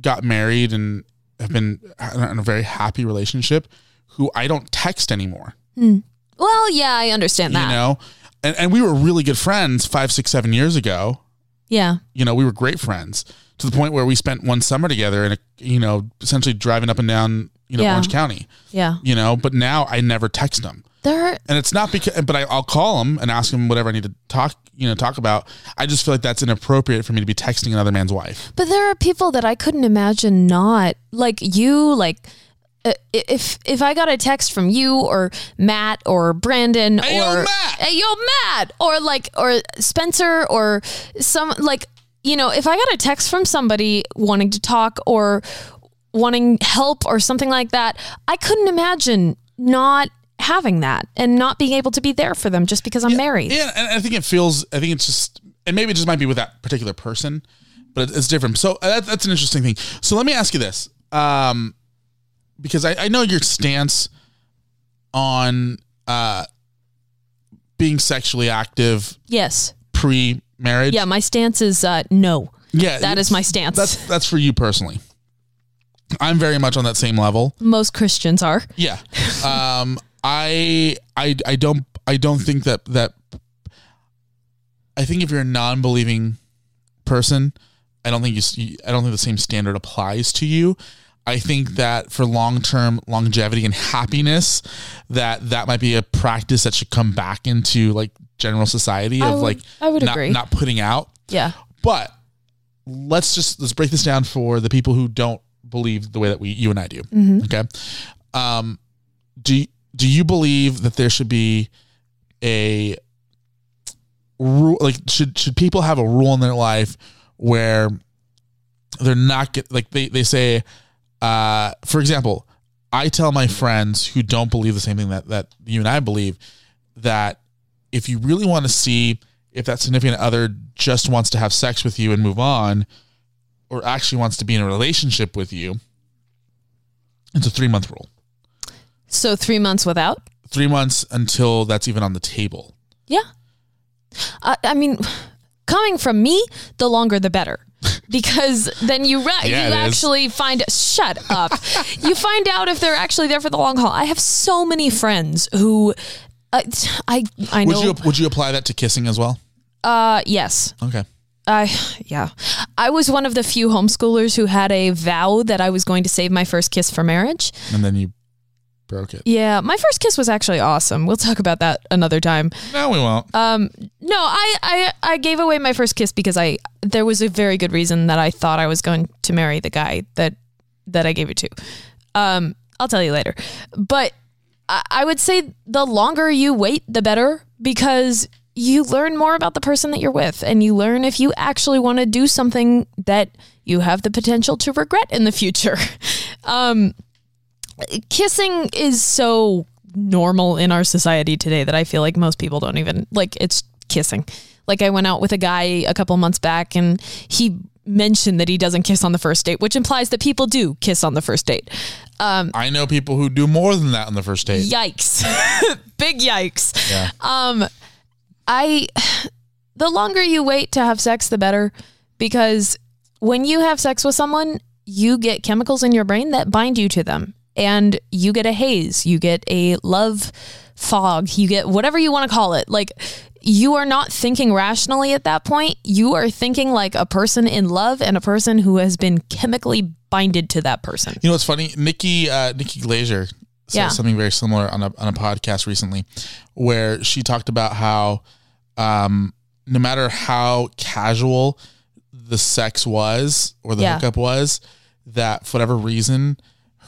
Speaker 4: got married and have been in a very happy relationship who I don't text anymore.
Speaker 5: well yeah i understand that
Speaker 4: You know, and and we were really good friends five, six, seven years ago
Speaker 5: yeah
Speaker 4: you know, we were great friends to the point where we spent one summer together and, you know, essentially driving up and down, you know,
Speaker 5: Yeah.
Speaker 4: Orange County,
Speaker 5: yeah
Speaker 4: you know, but now I never text them.
Speaker 5: there
Speaker 4: And it's not because, but I, I'll call them and ask them whatever I need to talk, you know, talk about. I just feel like that's inappropriate for me to be texting another man's wife.
Speaker 5: But there are people that I couldn't imagine not like you, like uh, i- if if I got a text from you or Matt or Brandon
Speaker 4: Hey, yo,
Speaker 5: or
Speaker 4: Matt!
Speaker 5: Hey, yo Matt or like or Spencer or some like you know if I got a text from somebody wanting to talk or wanting help or something like that, I couldn't imagine not having that and not being able to be there for them just because I'm married.
Speaker 4: Yeah, and I think it feels. I think it's just, and maybe it just might be with that particular person, but it- it's different. So uh, that, that's an interesting thing. So let me ask you this, um, because I, I know your stance on uh, being sexually active
Speaker 5: Yes.
Speaker 4: pre marriage.
Speaker 5: Yeah, my stance is uh, no.
Speaker 4: yeah,
Speaker 5: that is my stance.
Speaker 4: That's that's for you personally. I'm very much on that same level.
Speaker 5: Most Christians are.
Speaker 4: Yeah. Um I I I don't I don't think that that I think if you're a non-believing person, I don't think you s- you I don't think the same standard applies to you. I think that for long-term longevity and happiness that that might be a practice that should come back into like general society of
Speaker 5: I would-
Speaker 4: like
Speaker 5: I would
Speaker 4: not,
Speaker 5: agree.
Speaker 4: not putting out
Speaker 5: Yeah.
Speaker 4: but let's just let's break this down for the people who don't believe the way that we you and I do. Okay. Um do do you believe that there should be a rule like should should people have a rule in their life where they're not get like they they say uh for example, I tell my friends who don't believe the same thing that that you and I believe that if you really want to see if that significant other just wants to have sex with you and move on, or actually wants to be in a relationship with you, it's a three month rule.
Speaker 5: So three months without.
Speaker 4: Three months until that's even on the table.
Speaker 5: Yeah. I, I mean, coming from me, the longer the better. Because then you re-
Speaker 4: Yeah,
Speaker 5: you
Speaker 4: it is.
Speaker 5: actually find shut up. you find out if they're actually there for the long haul. I have so many friends who uh, I I
Speaker 4: Would
Speaker 5: know
Speaker 4: you would you apply that to kissing as well?
Speaker 5: uh yes.
Speaker 4: Okay.
Speaker 5: I yeah. I was one of the few homeschoolers who had a vow that I was going to save my first kiss for marriage.
Speaker 4: And then you broke it.
Speaker 5: Yeah, my first kiss was actually awesome. We'll talk about that another time.
Speaker 4: No, we won't.
Speaker 5: Uh, No, I, I I gave away my first kiss because I there was a very good reason that I thought I was going to marry the guy that that I gave it to. Um, I'll tell you later. But I, I would say the longer you wait, the better because you learn more about the person that you're with and you learn if you actually want to do something that you have the potential to regret in the future. Um, kissing is so normal in our society today that I feel like most people don't even like it's kissing. Like I went out with a guy a couple months back and he mentioned that he doesn't kiss on the first date, which implies that people do kiss on the first date.
Speaker 4: I know people who do more than that on the first date.
Speaker 5: Yikes. Big yikes. Um,
Speaker 4: Yeah.
Speaker 5: I the longer you wait to have sex the better because when you have sex with someone, you get chemicals in your brain that bind you to them and you get a haze, you get a love fog, you get whatever you want to call it. Like you are not thinking rationally at that point. You are thinking like a person in love and a person who has been chemically binded to that person.
Speaker 4: You know what's funny? Nikki uh, Nikki Glazier said
Speaker 5: Yeah.
Speaker 4: something very similar on a on a podcast recently, where she talked about how um, no matter how casual the sex was or the
Speaker 5: Yeah.
Speaker 4: hookup was, that for whatever reason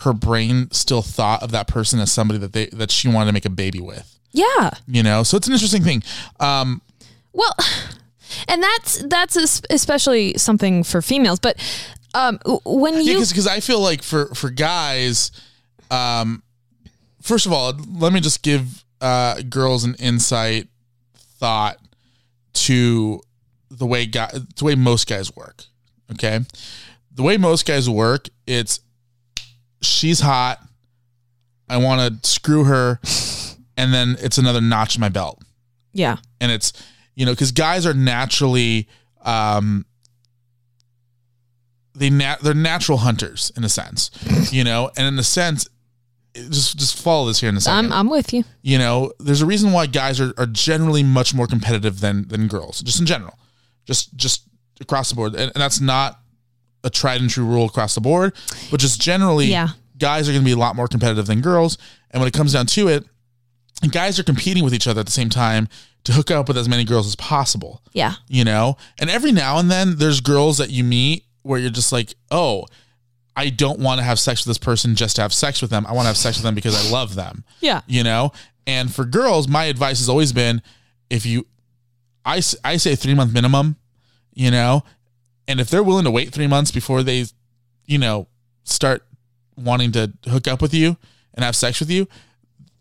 Speaker 4: her brain still thought of that person as somebody that they that she wanted to make a baby with.
Speaker 5: Yeah.
Speaker 4: You know, so it's an interesting thing. Um,
Speaker 5: Well, and that's that's es- especially something for females, but um, w- when you
Speaker 4: because I feel like for for guys, um, first of all, let me just give uh, girls an insight thought to to the way guy, the way most guys work. Okay, the way most guys work, it's she's hot. I want to screw her, and then it's another notch in my belt
Speaker 5: yeah,
Speaker 4: and it's you know because guys are naturally um they nat- they're natural hunters in a sense you know and in a sense it- just just follow this here in a 2nd
Speaker 5: I'm I'm with you.
Speaker 4: you know there's a reason why guys are, are generally much more competitive than than girls just in general just just across the board and, and that's not a tried and true rule across the board but just generally
Speaker 5: Yeah.
Speaker 4: guys are going to be a lot more competitive than girls and when it comes down to it guys are competing with each other at the same time to hook up with as many girls as possible
Speaker 5: Yeah,
Speaker 4: you know and every now and then there's girls that you meet where you're just like oh i don't want to have sex with this person just to have sex with them i want to have sex with them because i love them
Speaker 5: Yeah.
Speaker 4: you know and for girls my advice has always been if you i, s- I say three month minimum you know and if they're willing to wait three months before they you know start wanting to hook up with you and have sex with you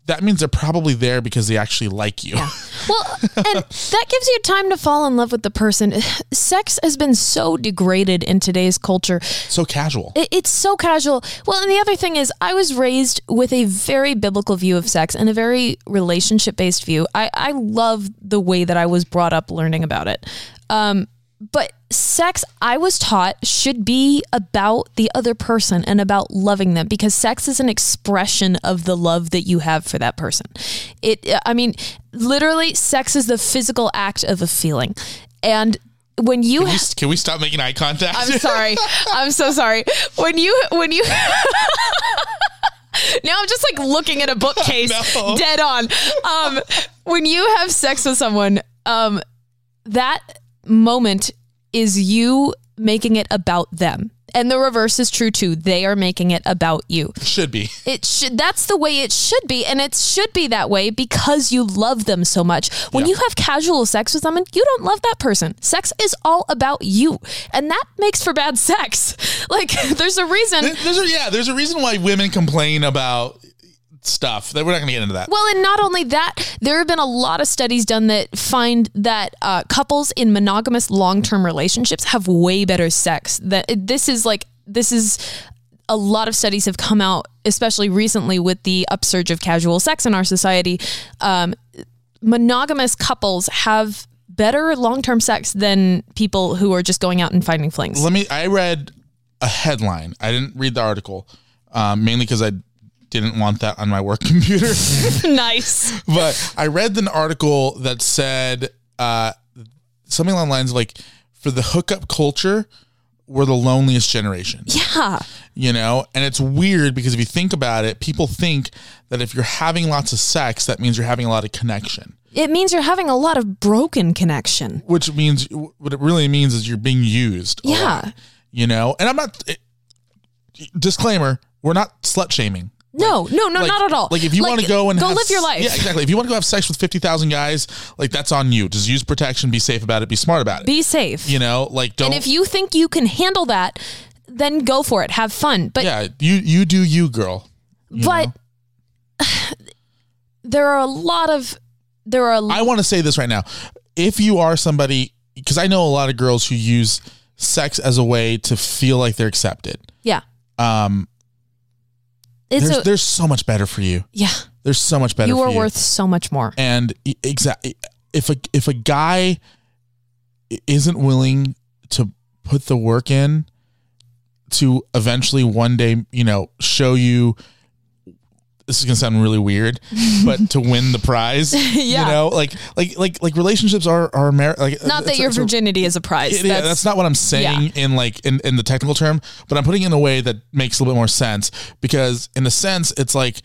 Speaker 4: that means they're probably there because they actually like you.
Speaker 5: Well, and that gives you time to fall in love with the person. Sex has been so degraded in today's culture.
Speaker 4: so casual.
Speaker 5: It, it's so casual. Well, and the other thing is, I was raised with a very biblical view of sex and a very relationship based view. I, I love the way that I was brought up learning about it. Um, but sex, I was taught, should be about the other person and about loving them because sex is an expression of the love that you have for that person. It, I mean, literally, sex is the physical act of a feeling. And when you
Speaker 4: Can
Speaker 5: ha-
Speaker 4: we, can we stop making eye contact?
Speaker 5: I'm sorry. I'm so sorry. When you when you Now I'm just like looking at a bookcase
Speaker 4: No.
Speaker 5: dead on. Um when you have sex with someone, um that moment is you making it about them. And the reverse is true too. They are making it about you.
Speaker 4: Should be.
Speaker 5: It should that's the way it should be and it should be that way because you love them so much. When you have casual sex with someone, you don't love that person. Sex is all about you and that makes for bad sex. Like there's a reason
Speaker 4: There- There's a, yeah, there's a reason why women complain about stuff that we're not going to get into that.
Speaker 5: Well, and not only that, there have been a lot of studies done that find that uh, couples in monogamous long-term relationships have way better sex. That this is like this is a lot of studies have come out, especially recently with the upsurge of casual sex in our society. Um, monogamous couples have better long-term sex than people who are just going out and finding flings.
Speaker 4: Let me. I read a headline. I didn't read the article, um, mainly because I didn't want that on my work computer.
Speaker 5: nice.
Speaker 4: but I read an article that said uh, something along the lines of like, for the hookup culture, we're the loneliest generation.
Speaker 5: Yeah.
Speaker 4: you know and it's weird because if you think about it people think that if you're having lots of sex that means you're having a lot of connection
Speaker 5: It means you're having a lot of broken connection.
Speaker 4: which means what it really means is you're being used a
Speaker 5: Yeah.
Speaker 4: lot, you know and i'm not eh, disclaimer we're not slut shaming
Speaker 5: No, no, no,
Speaker 4: Like-
Speaker 5: not at all.
Speaker 4: Like if you want to go and
Speaker 5: go
Speaker 4: have
Speaker 5: live your
Speaker 4: s-
Speaker 5: life.
Speaker 4: yeah, exactly. If you want to go have sex with fifty thousand guys, like that's on you. Just use protection, be safe about it, be smart about it.
Speaker 5: Be safe.
Speaker 4: you know, like don't.
Speaker 5: and if you think you can handle that, then go for it. Have fun. But
Speaker 4: yeah, you you do you, girl.
Speaker 5: but there are a lot of there are a
Speaker 4: I want to say this right now. If you are somebody, because I know a lot of girls who use sex as a way to feel like they're accepted.
Speaker 5: yeah.
Speaker 4: Um,
Speaker 5: It's
Speaker 4: there's,
Speaker 5: a,
Speaker 4: there's so much better for you.
Speaker 5: yeah.
Speaker 4: There's so much better.
Speaker 5: You
Speaker 4: for
Speaker 5: are worth so much more.
Speaker 4: And exactly, if a if a guy i- isn't willing to put the work in to eventually one day, you know, show you. This is gonna sound really weird, but to win the prize,
Speaker 5: Yeah.
Speaker 4: you know, like like like like relationships are are mar- like
Speaker 5: Not that
Speaker 4: it's-
Speaker 5: your
Speaker 4: it's uh, a-
Speaker 5: virginity is a prize.
Speaker 4: Yeah, yeah, that's, not what I'm saying in like in, in the technical term, but I'm putting it in a way that makes a little bit more sense because in a sense it's like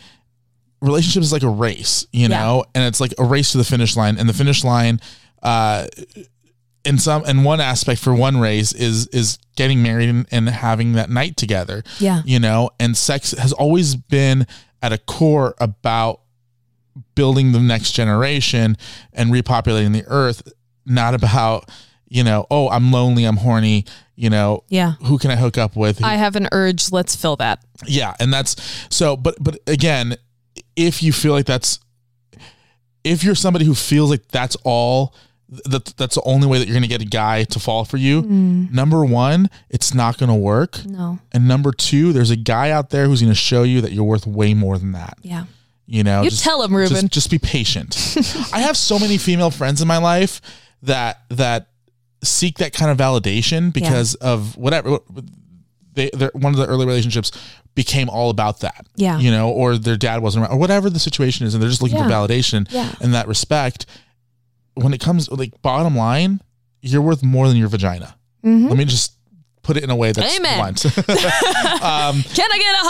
Speaker 4: relationships is like a race, you
Speaker 5: Yeah.
Speaker 4: know, and it's like a race to the finish line, and the finish line, uh, in some in one aspect for one race is is getting married and, and having that night together,
Speaker 5: Yeah.
Speaker 4: you know, and sex has always been at a core about building the next generation and repopulating the earth, not about, you know, oh, I'm lonely, I'm horny, you know,
Speaker 5: Yeah.
Speaker 4: who can I hook up with?
Speaker 5: I have an urge. Let's fill that.
Speaker 4: yeah. And that's so, but, but again, if you feel like that's, if you're somebody who feels like that's all, that that's the only way that you're going to get a guy to fall for you. Number one, it's not going to work.
Speaker 5: No.
Speaker 4: And number two, there's a guy out there who's going to show you that you're worth way more than that.
Speaker 5: Yeah.
Speaker 4: You know,
Speaker 5: You tell 'em, Reuben.
Speaker 4: Just, just be patient. I have so many female friends in my life that that seek that kind of validation because of whatever they their one of the early relationships became all about that.
Speaker 5: Yeah.
Speaker 4: You know, or their dad wasn't around or whatever the situation is and they're just looking for
Speaker 5: Yeah.
Speaker 4: validation
Speaker 5: Yeah.
Speaker 4: in that respect. When it comes like bottom line, you're worth more than your vagina. Let me just put it in a way that's
Speaker 5: Mm-hmm. Amen.
Speaker 4: blunt.
Speaker 5: Can I get a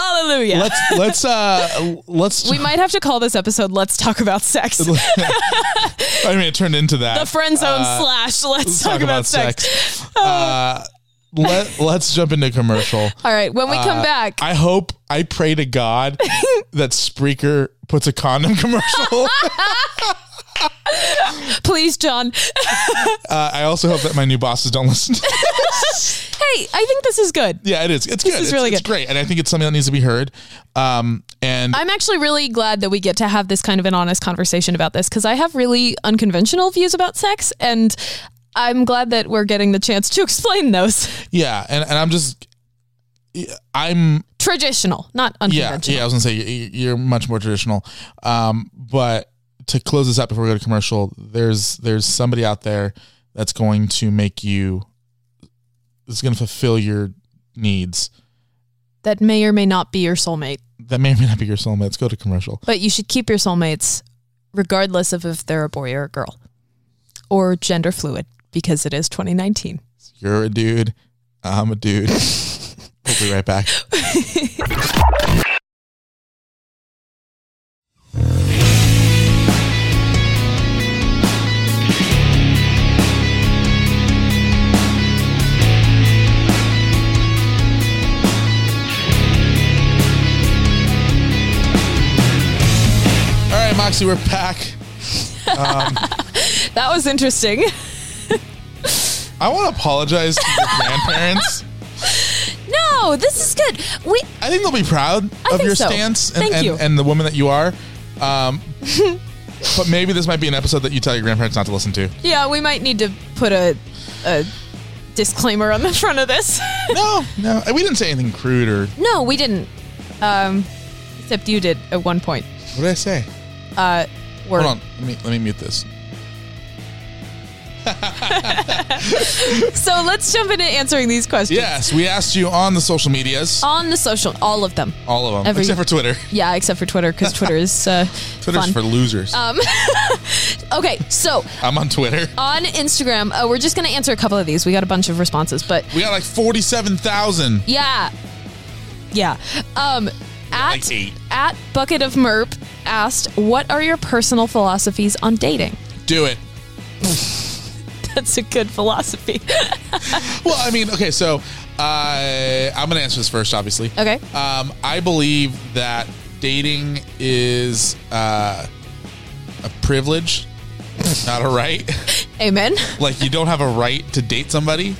Speaker 5: hallelujah?
Speaker 4: let's let's uh let's
Speaker 5: we might have to call this episode "Let's Talk About Sex." the
Speaker 4: I mean it turned into that.
Speaker 5: friend zone slash. Uh, Let's, talk, about, sex.
Speaker 4: Uh, let Let's jump into commercial.
Speaker 5: All right. When we come
Speaker 4: Uh,
Speaker 5: back,
Speaker 4: I hope I pray to God that Spreaker puts a condom commercial.
Speaker 5: please, John.
Speaker 4: uh, I also hope that my new bosses don't listen. to
Speaker 5: Hey, great. I think this is good.
Speaker 4: Yeah, it is. It's
Speaker 5: This
Speaker 4: good.
Speaker 5: is
Speaker 4: it's,
Speaker 5: really
Speaker 4: it's
Speaker 5: good.
Speaker 4: great, and I think it's something that needs to be heard. Um, and
Speaker 5: I'm actually really glad that we get to have this kind of an honest conversation about this because I have really unconventional views about sex, and I'm glad that we're getting the chance to explain those.
Speaker 4: yeah, and, and I'm just, I'm
Speaker 5: Traditional, not
Speaker 4: yeah,
Speaker 5: unconventional.
Speaker 4: yeah. I was gonna say y- y- you're much more traditional, um, but to close this up before we go to commercial, there's there's somebody out there that's going to make you, that's going to fulfill your needs
Speaker 5: That may or may not be your soulmate,
Speaker 4: that may or may not be your soulmate. Let's go to commercial.
Speaker 5: but you should keep your soulmates regardless of if they're a boy or a girl or gender fluid because it is 2019.
Speaker 4: You're a dude. I'm a dude. we'll be right back. All right, Moxie, we're back.
Speaker 5: That was interesting.
Speaker 4: I want to apologize to your grandparents.
Speaker 5: no, this is good. We
Speaker 4: I think they'll be proud
Speaker 5: I
Speaker 4: of
Speaker 5: think
Speaker 4: your
Speaker 5: so.
Speaker 4: stance and,
Speaker 5: Thank
Speaker 4: and,
Speaker 5: you.
Speaker 4: and the woman that you are. Um, but maybe this might be an episode that you tell your grandparents not to listen to.
Speaker 5: yeah, we might need to put a a disclaimer on the front of this.
Speaker 4: No, no, we didn't say anything crude or
Speaker 5: no, we didn't. Um, except you did at one point.
Speaker 4: what did I say?
Speaker 5: Uh, word.
Speaker 4: Hold on, let me let me mute this.
Speaker 5: So let's jump into answering these questions.
Speaker 4: Yes, we asked you on the social medias,
Speaker 5: On the social, all of them.
Speaker 4: all of them
Speaker 5: every-
Speaker 4: except for Twitter.
Speaker 5: Yeah, except for Twitter, because Twitter is uh,
Speaker 4: Twitter's
Speaker 5: fun.
Speaker 4: for losers.
Speaker 5: Uh, okay, so
Speaker 4: I'm on Twitter.
Speaker 5: on Instagram, uh, we're just going to answer a couple of these. We got a bunch of responses, but
Speaker 4: We got like forty-seven thousand.
Speaker 5: yeah, yeah. Um, at
Speaker 4: Like eight.
Speaker 5: at bucket of merp asked, "What are your personal philosophies on dating?"
Speaker 4: Do it.
Speaker 5: That's a good philosophy.
Speaker 4: Well, I mean, okay, so uh, I'm gonna answer this first, obviously.
Speaker 5: Okay.
Speaker 4: Um, I believe that dating is uh, a privilege, not a right.
Speaker 5: Amen.
Speaker 4: like you don't have a right to date somebody,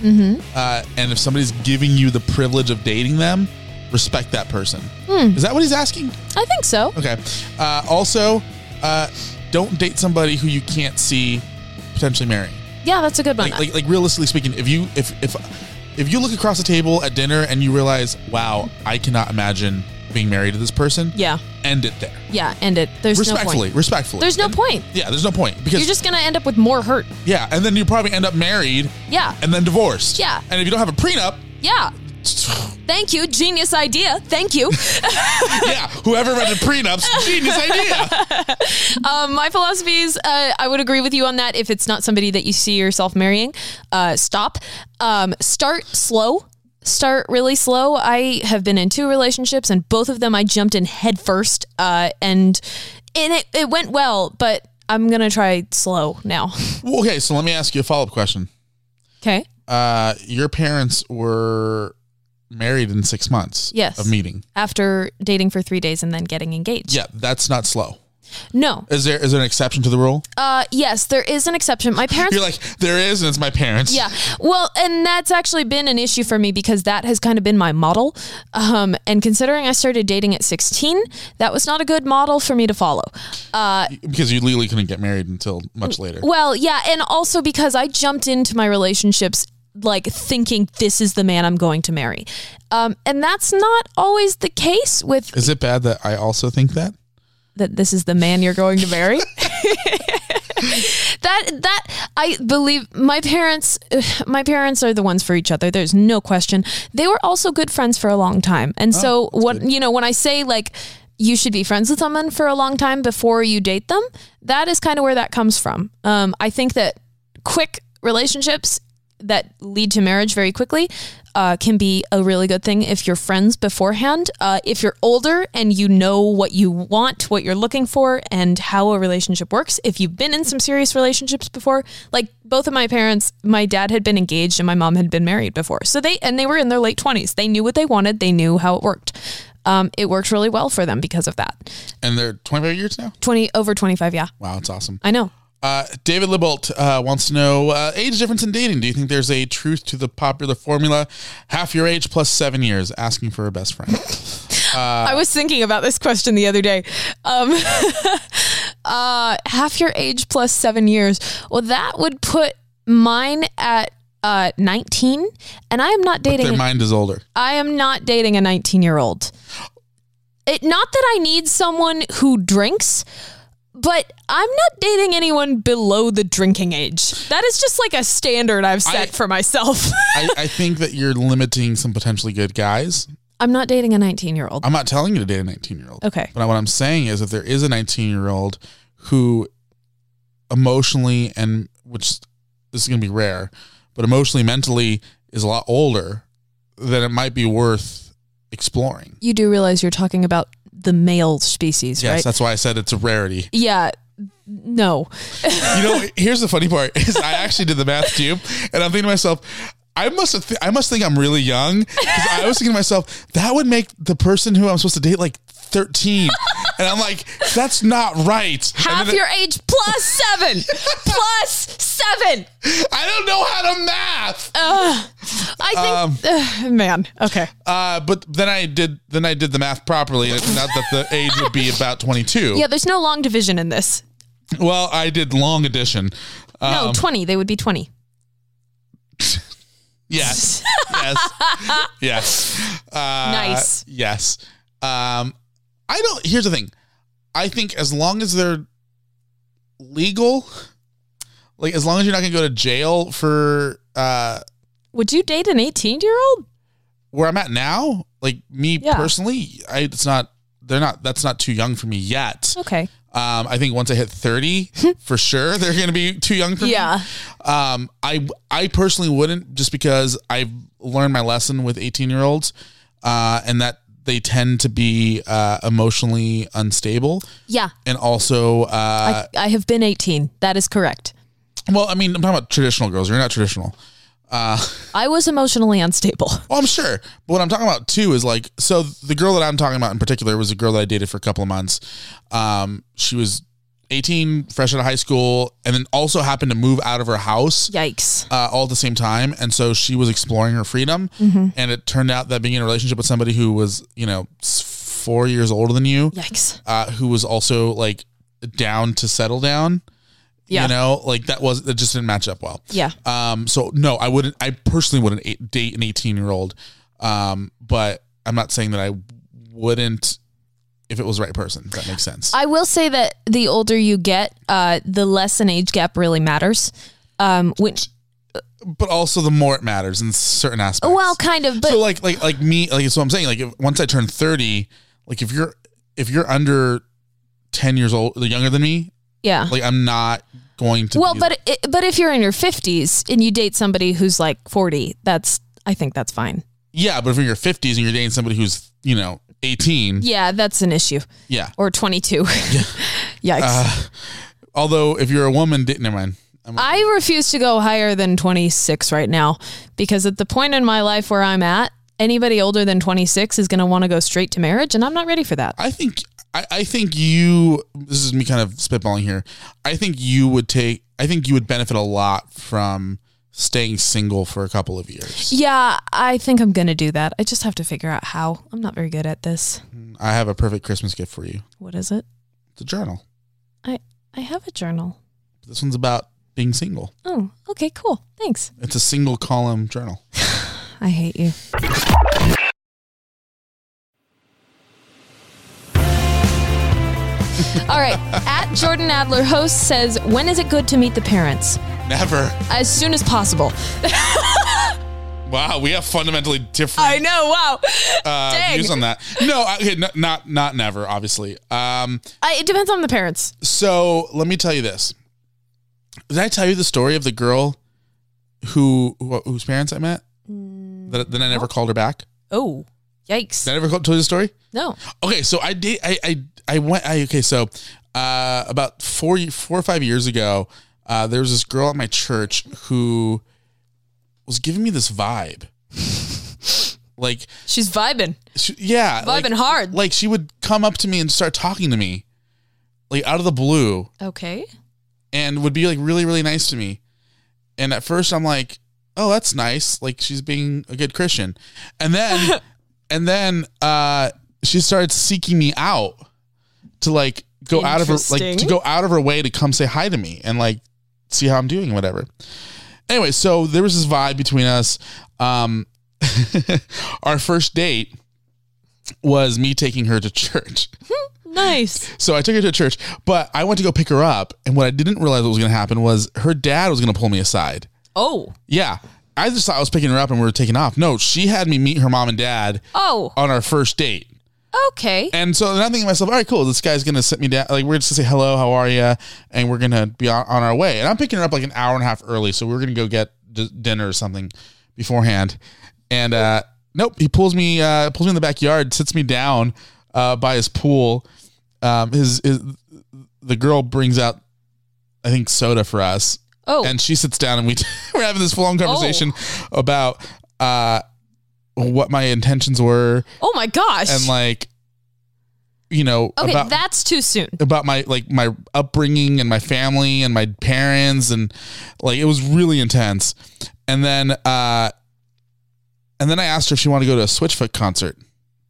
Speaker 4: uh, and if somebody's giving you the privilege of dating them, respect that person. Is that what he's asking?
Speaker 5: I think so.
Speaker 4: Okay. Uh, also, uh, don't date somebody who you can't see potentially marrying
Speaker 5: Yeah, that's a good one.
Speaker 4: like, like like realistically speaking, if you if if if you look across the table at dinner and you realize, wow, I cannot imagine being married to this person.
Speaker 5: Yeah.
Speaker 4: end it there.
Speaker 5: yeah, end it. There's no
Speaker 4: respectfully,
Speaker 5: point.
Speaker 4: respectfully.
Speaker 5: There's no
Speaker 4: And-
Speaker 5: point.
Speaker 4: Yeah, there's no point because
Speaker 5: You're just going to end up with more hurt.
Speaker 4: yeah, and then you probably end up married.
Speaker 5: Yeah.
Speaker 4: and then divorced.
Speaker 5: Yeah.
Speaker 4: and if you don't have a prenup,
Speaker 5: Yeah. Thank you. Genius idea. Thank you.
Speaker 4: yeah, whoever invented prenups, genius idea.
Speaker 5: um, my philosophies, uh, I would agree with you on that. If it's not somebody that you see yourself marrying, uh, stop. Um, start slow. Start really slow. I have been in two relationships, and both of them I jumped in head first, uh, and and it, it went well. But I'm gonna try slow now.
Speaker 4: Well, okay, so let me ask you a follow up question.
Speaker 5: Okay.
Speaker 4: Uh, your parents were married in six months.
Speaker 5: Yes.
Speaker 4: of meeting.
Speaker 5: After dating for three days and then getting engaged.
Speaker 4: Yeah, that's not slow.
Speaker 5: No.
Speaker 4: Is there is there an exception to the rule?
Speaker 5: Uh, yes, there is an exception. My parents.
Speaker 4: You're like, there is, and it's my parents.
Speaker 5: Yeah. Well, and that's actually been an issue for me because that has kind of been my model. Um, and considering I started dating at 16, that was not a good model for me to follow. Uh,
Speaker 4: Because you legally couldn't get married until much later.
Speaker 5: well, yeah. And also because I jumped into my relationships like thinking this is the man I'm going to marry. Um, and that's not always the case with
Speaker 4: Is it bad that I also think that?
Speaker 5: that this is the man you're going to marry. that that I believe my parents my parents are the ones for each other. There's no question. They were also good friends for a long time. And so what you know when I say like you should be friends with someone for a long time before you date them, that is kind of where that comes from. Um, I think that quick relationships that lead to marriage very quickly uh, can be a really good thing if you're friends beforehand. Uh, if you're older and you know what you want, what you're looking for, and how a relationship works, if you've been in some serious relationships before, like both of my parents, my dad had been engaged and my mom had been married before. So they, and they were in their late 20s. They knew what they wanted, they knew how it worked. Um, it worked really well for them because of that.
Speaker 4: And they're 25 years now?
Speaker 5: 20 over 25, yeah.
Speaker 4: Wow, it's awesome.
Speaker 5: I know.
Speaker 4: Uh, David Libolt uh, wants to know uh, age difference in dating. Do you think there's a truth to the popular formula, half your age plus seven years, asking for a best friend?
Speaker 5: I was thinking about this question the other day. Um, uh, half your age plus seven years. Well, that would put mine at uh, 19, and I am not
Speaker 4: But their
Speaker 5: dating.
Speaker 4: mind is older.
Speaker 5: I am not dating a 19 year old. It not that I need someone who drinks, but I'm not dating anyone below the drinking age. That is just like a standard I've set
Speaker 4: I-
Speaker 5: for myself.
Speaker 4: I, I think that you're limiting some potentially good guys.
Speaker 5: I'm not dating a 19 year old.
Speaker 4: I'm not telling you to date a 19 year old.
Speaker 5: Okay.
Speaker 4: But what I'm saying is, if there is a 19 year old who emotionally and which this is going to be rare, but emotionally, mentally is a lot older, then it might be worth exploring.
Speaker 5: You do realize you're talking about the male species,
Speaker 4: Yes,
Speaker 5: right?
Speaker 4: that's why I said it's a rarity.
Speaker 5: yeah. No.
Speaker 4: You know, here's the funny part is I actually did the math too, and I'm thinking to myself, I must th- I must think I'm really young because I was thinking to myself that would make the person who I'm supposed to date like 13, and I'm like, that's not right. And
Speaker 5: half
Speaker 4: then it-
Speaker 5: your age plus seven plus seven
Speaker 4: I don't know how to math.
Speaker 5: i
Speaker 4: Um,
Speaker 5: think Ugh, man okay
Speaker 4: Uh, but then I did then I did the math properly, and it's not that the age would be about 22.
Speaker 5: yeah there's no long division in this
Speaker 4: Well, I did long addition.
Speaker 5: no
Speaker 4: Um,
Speaker 5: 20 they would be 20
Speaker 4: Yes. yes. Yes. Uh,
Speaker 5: Nice.
Speaker 4: Yes. Um, I don't. Here's the thing. I think as long as they're legal, like as long as you're not going to go to jail for uh,
Speaker 5: would you date an 18 year old
Speaker 4: where I'm at now, like me
Speaker 5: Yeah.
Speaker 4: personally, I, it's not. They're not. That's not too young for me yet.
Speaker 5: okay
Speaker 4: Um, I think once I hit 30, for sure, they're going to be too young for me.
Speaker 5: Yeah.
Speaker 4: Um, I, I personally wouldn't just because I've learned my lesson with 18 year olds, uh, and that they tend to be, uh, emotionally unstable
Speaker 5: yeah
Speaker 4: and also, uh,
Speaker 5: I, I have been 18 that is correct
Speaker 4: well, I mean, I'm talking about traditional girls. You're not traditional.
Speaker 5: i was emotionally unstable
Speaker 4: Oh, I'm sure. But what I'm talking about too is like, so the girl that I'm talking about in particular was a girl that I dated for a couple of months. Um, she was 18, fresh out of high school, and then also happened to move out of her house.
Speaker 5: yikes
Speaker 4: uh, all at the same time. And so she was exploring her freedom.
Speaker 5: Mm-hmm.
Speaker 4: And it turned out that being in a relationship with somebody who was, you know, s- four years older than you,
Speaker 5: yikes
Speaker 4: uh, who was also like down to settle down,
Speaker 5: yeah
Speaker 4: you know, like that was, that just didn't match up well.
Speaker 5: yeah
Speaker 4: Um, so no, I wouldn't, I personally wouldn't a- date an 18 year old. Um, but I'm not saying that I wouldn't if it was the right person. If that makes sense.
Speaker 5: I will say that the older you get, uh, the less an age gap really matters. Um, when,
Speaker 4: but also the more it matters in certain aspects.
Speaker 5: well, kind of, but
Speaker 4: so uh, like like like me like so I'm saying like if, once I turn 30 like if you're if you're under 10 years old like, younger than me
Speaker 5: yeah.
Speaker 4: like I'm not going to
Speaker 5: well
Speaker 4: be-
Speaker 5: but i but if you're in your 50s and you date somebody who's like 40 that's i think that's fine
Speaker 4: yeah but if you're in your 50s and you're dating somebody who's you know 18 yeah,
Speaker 5: yeah that's an issue or 22 yikes
Speaker 4: Uh. although if you're a woman da- never mind I'm,
Speaker 5: i refuse to go higher than 26 right now because at the point in my life where i'm at anybody older than 26 is going to want to go straight to marriage and i'm not ready for that
Speaker 4: I think I, I think you this is me kind of spitballing here I think you would take I think you would benefit a lot from staying single for a couple of years
Speaker 5: yeah i think i'm going to do that i just have to figure out how i'm not very good at this
Speaker 4: I have a perfect Christmas gift for you
Speaker 5: what is it
Speaker 4: it's a journal
Speaker 5: i i have a journal
Speaker 4: this one's about being single
Speaker 5: oh okay cool thanks
Speaker 4: It's a single column journal.
Speaker 5: i hate you All right. At Jordan Adler, host says, When is it good to meet the parents?
Speaker 4: Never.
Speaker 5: As soon as possible.
Speaker 4: Wow, we have fundamentally different
Speaker 5: I know. Wow.
Speaker 4: uh,
Speaker 5: dang.
Speaker 4: views on that. No, I- okay, n- not not never, obviously. Um,
Speaker 5: I, it depends on the parents.
Speaker 4: so let me tell you this. Did I tell you the story of the girl who, who whose parents I met? That then I never called her back.
Speaker 5: Oh, yikes.
Speaker 4: Did I never call, told you the story?
Speaker 5: No.
Speaker 4: Okay, so I did. I I, I went. I okay. So uh, about four ye- four or five years ago, uh, there was this girl at my church who was giving me this vibe, like
Speaker 5: She's vibing.
Speaker 4: she, yeah, like-
Speaker 5: Vibing hard.
Speaker 4: Like she would come up to me and start talking to me, like out of the blue,
Speaker 5: Okay.
Speaker 4: and would be like really really nice to me and at first i'm like oh that's nice like she's being a good christian and then and then uh she started seeking me out to like go out of her like to
Speaker 5: Interesting.
Speaker 4: go out of her way to come say hi to me and like see how i'm doing whatever anyway so there was this vibe between us um our first date was me taking her to church
Speaker 5: Nice.
Speaker 4: so I took her to church, but I went to go pick her up. And what I didn't realize what was going to happen was her dad was going to pull me aside.
Speaker 5: Oh.
Speaker 4: Yeah. I just thought I was picking her up and we were taking off. No, she had me meet her mom and dad
Speaker 5: Oh.
Speaker 4: on our first date.
Speaker 5: Okay.
Speaker 4: And so then I'm thinking to myself, all right, cool. This guy's going to sit me down. Like, we're just going to say, hello, how are you? And we're going to be on, on our way. And I'm picking her up like an hour and a half early. So we are going to go get d- dinner or something beforehand. And uh, nope, he pulls me, uh, pulls me in the backyard, sits me down uh, by his pool. Um, his, his The girl brings out, I think, soda for us.
Speaker 5: Oh.
Speaker 4: And she sits down and we, we're having this full on conversation about uh, what my intentions were
Speaker 5: oh my gosh.
Speaker 4: and like you know
Speaker 5: okay,
Speaker 4: about
Speaker 5: that's too soon.
Speaker 4: about my like my upbringing and my family and my parents and like it was really intense and then uh and then i asked her if she wanted to go to a switchfoot concert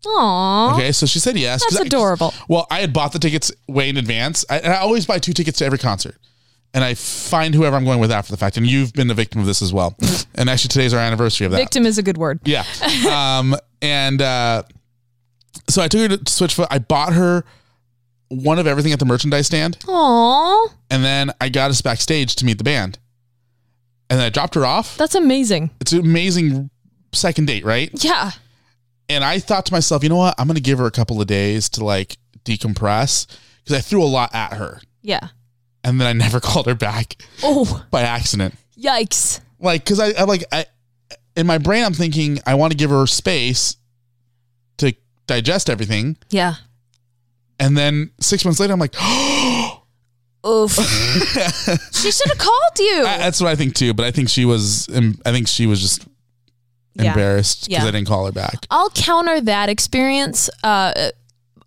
Speaker 5: Aw.
Speaker 4: okay so she said yes 'cause
Speaker 5: That's
Speaker 4: I-
Speaker 5: adorable.
Speaker 4: well i had bought the tickets way in advance I, and i always buy two tickets to every concert and i find whoever i'm going with after the fact and you've been the victim of this as well and actually today's our anniversary of that
Speaker 5: Victim is a good word.
Speaker 4: yeah. Um, and uh, so I took her to Switchfoot. I bought her one of everything at the merchandise stand,
Speaker 5: Aw.
Speaker 4: and then I got us backstage to meet the band. And then I dropped her off.
Speaker 5: That's amazing.
Speaker 4: It's an amazing second date, right?
Speaker 5: Yeah.
Speaker 4: And I thought to myself, you know what? I'm going to give her a couple of days to like decompress because I threw a lot at her.
Speaker 5: Yeah.
Speaker 4: And then I never called her back
Speaker 5: Oh.
Speaker 4: by accident.
Speaker 5: Yikes.
Speaker 4: like because I, I like I in my brain I'm thinking I want to give her space to digest everything,
Speaker 5: Yeah.
Speaker 4: and then six months later I'm like,
Speaker 5: Oof. she should have called you.
Speaker 4: that's what I think too. But I think she was em- I think she was just
Speaker 5: Yeah.
Speaker 4: embarrassed because
Speaker 5: Yeah.
Speaker 4: I didn't call her back.
Speaker 5: I'll counter that experience. Uh,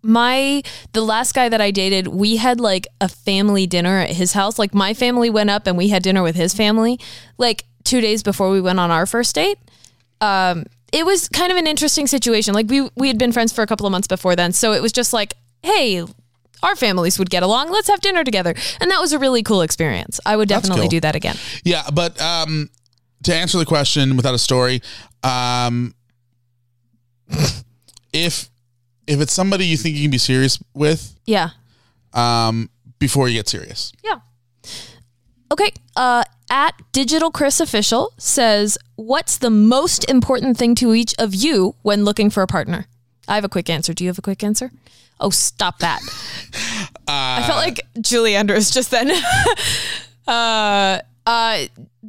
Speaker 5: my the last guy that I dated, we had like a family dinner at his house. Like my family went up and we had dinner with his family, like two days before we went on our first date. Um, it was kind of an interesting situation. Like we we had been friends for a couple of months before then, so it was just like, hey, our families would get along. Let's have dinner together, and that was a really cool experience. I would definitely
Speaker 4: cool.
Speaker 5: do that again.
Speaker 4: Yeah, but um, to answer the question without a story, um, if if it's somebody you think you can be serious with,
Speaker 5: Yeah,
Speaker 4: um, before you get serious,
Speaker 5: Yeah. Okay. Uh, at Digital Chris Official says, What's the most important thing to each of you when looking for a partner? I have a quick answer. Do you have a quick answer? Oh, stop that. I felt like Julie Andrews just then. uh, uh,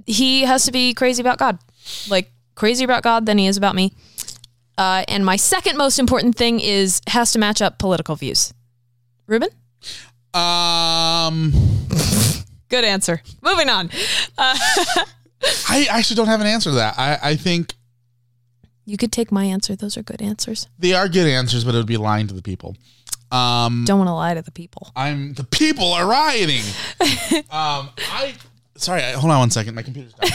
Speaker 5: he has to be crazy about God, like crazy about God than he is about me. Uh, and my second most important thing is has to match up political views. Ruben?
Speaker 4: um.
Speaker 5: Good answer. Moving on.
Speaker 4: I actually don't have an answer to that. I, I think
Speaker 5: You could take my answer. Those are good answers.
Speaker 4: they are good answers, but it would be lying to the people. Um,
Speaker 5: Don't want to lie to the people.
Speaker 4: I'm the people are rioting. um, I sorry, I, hold on one second. My computer's down.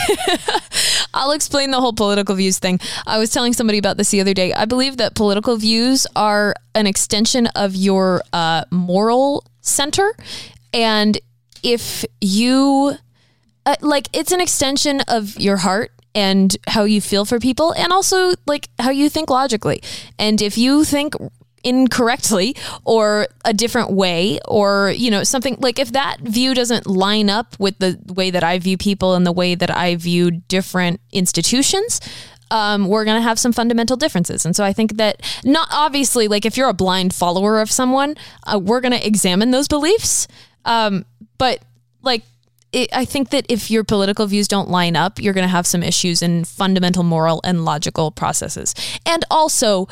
Speaker 5: I'll explain the whole political views thing. I was telling somebody about this the other day. I believe that political views are an extension of your uh, moral center. And if you, uh, like, it's an extension of your heart and how you feel for people, and also, like, how you think logically. And if you think incorrectly or a different way or you know something like if that view doesn't line up with the way that i view people and the way that i view different institutions um, we're going to have some fundamental differences and so i think that not obviously like if you're a blind follower of someone uh, we're going to examine those beliefs um, but like it, i think that if your political views don't line up you're going to have some issues in fundamental moral and logical processes and also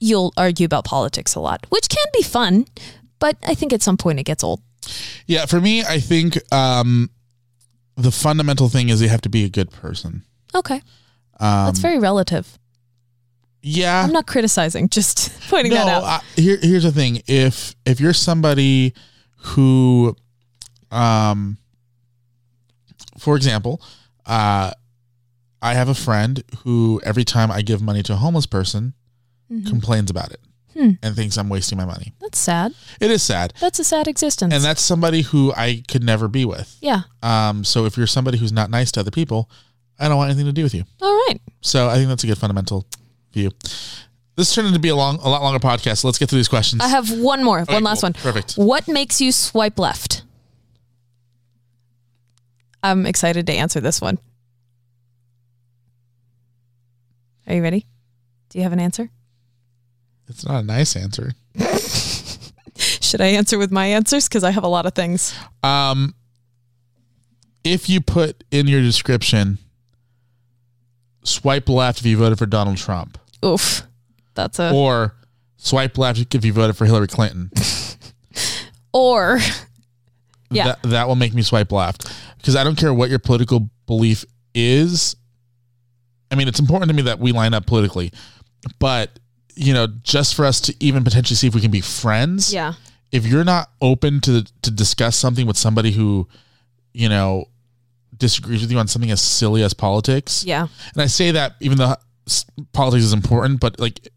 Speaker 5: you'll argue about politics a lot which can be fun but i think at some point it gets old
Speaker 4: yeah, for me, I think um, the fundamental thing is you have to be a good person.
Speaker 5: okay
Speaker 4: Um,
Speaker 5: that's very relative
Speaker 4: Yeah,
Speaker 5: i'm not criticizing just pointing that out
Speaker 4: I, here, here's the thing: if if you're somebody who, um, for example, uh, I have a friend who every time I give money to a homeless person
Speaker 5: Mm-hmm.
Speaker 4: complains about it
Speaker 5: Hmm.
Speaker 4: and thinks I'm wasting my money.
Speaker 5: That's sad.
Speaker 4: It is sad.
Speaker 5: That's a sad existence.
Speaker 4: And that's somebody who I could never be with.
Speaker 5: yeah.
Speaker 4: Um, so if you're somebody who's not nice to other people, I don't want anything to do with you.
Speaker 5: All right.
Speaker 4: So I think that's a good fundamental view. This turned into be a long, a lot longer podcast. So let's get through these questions.
Speaker 5: I have one more, one last
Speaker 4: cool.
Speaker 5: one.
Speaker 4: Perfect.
Speaker 5: What makes you swipe left? I'm excited to answer this one. Are you ready? Do you have an answer?
Speaker 4: it's not a nice answer.
Speaker 5: Should I answer with my answers? Because I have a lot of things.
Speaker 4: Um, if you put in your description, swipe left if you voted for Donald Trump,
Speaker 5: Oof. That's a.
Speaker 4: or swipe left if you voted for Hillary Clinton,
Speaker 5: Or. Yeah.
Speaker 4: that, that will make me swipe left because I don't care what your political belief is. I mean, it's important to me that we line up politically, but you know, just for us to even potentially see if we can be friends,
Speaker 5: Yeah.
Speaker 4: if you're not open to to discuss something with somebody who, you know, disagrees with you on something as silly as politics,
Speaker 5: Yeah.
Speaker 4: and I say that even though s- politics is important, but like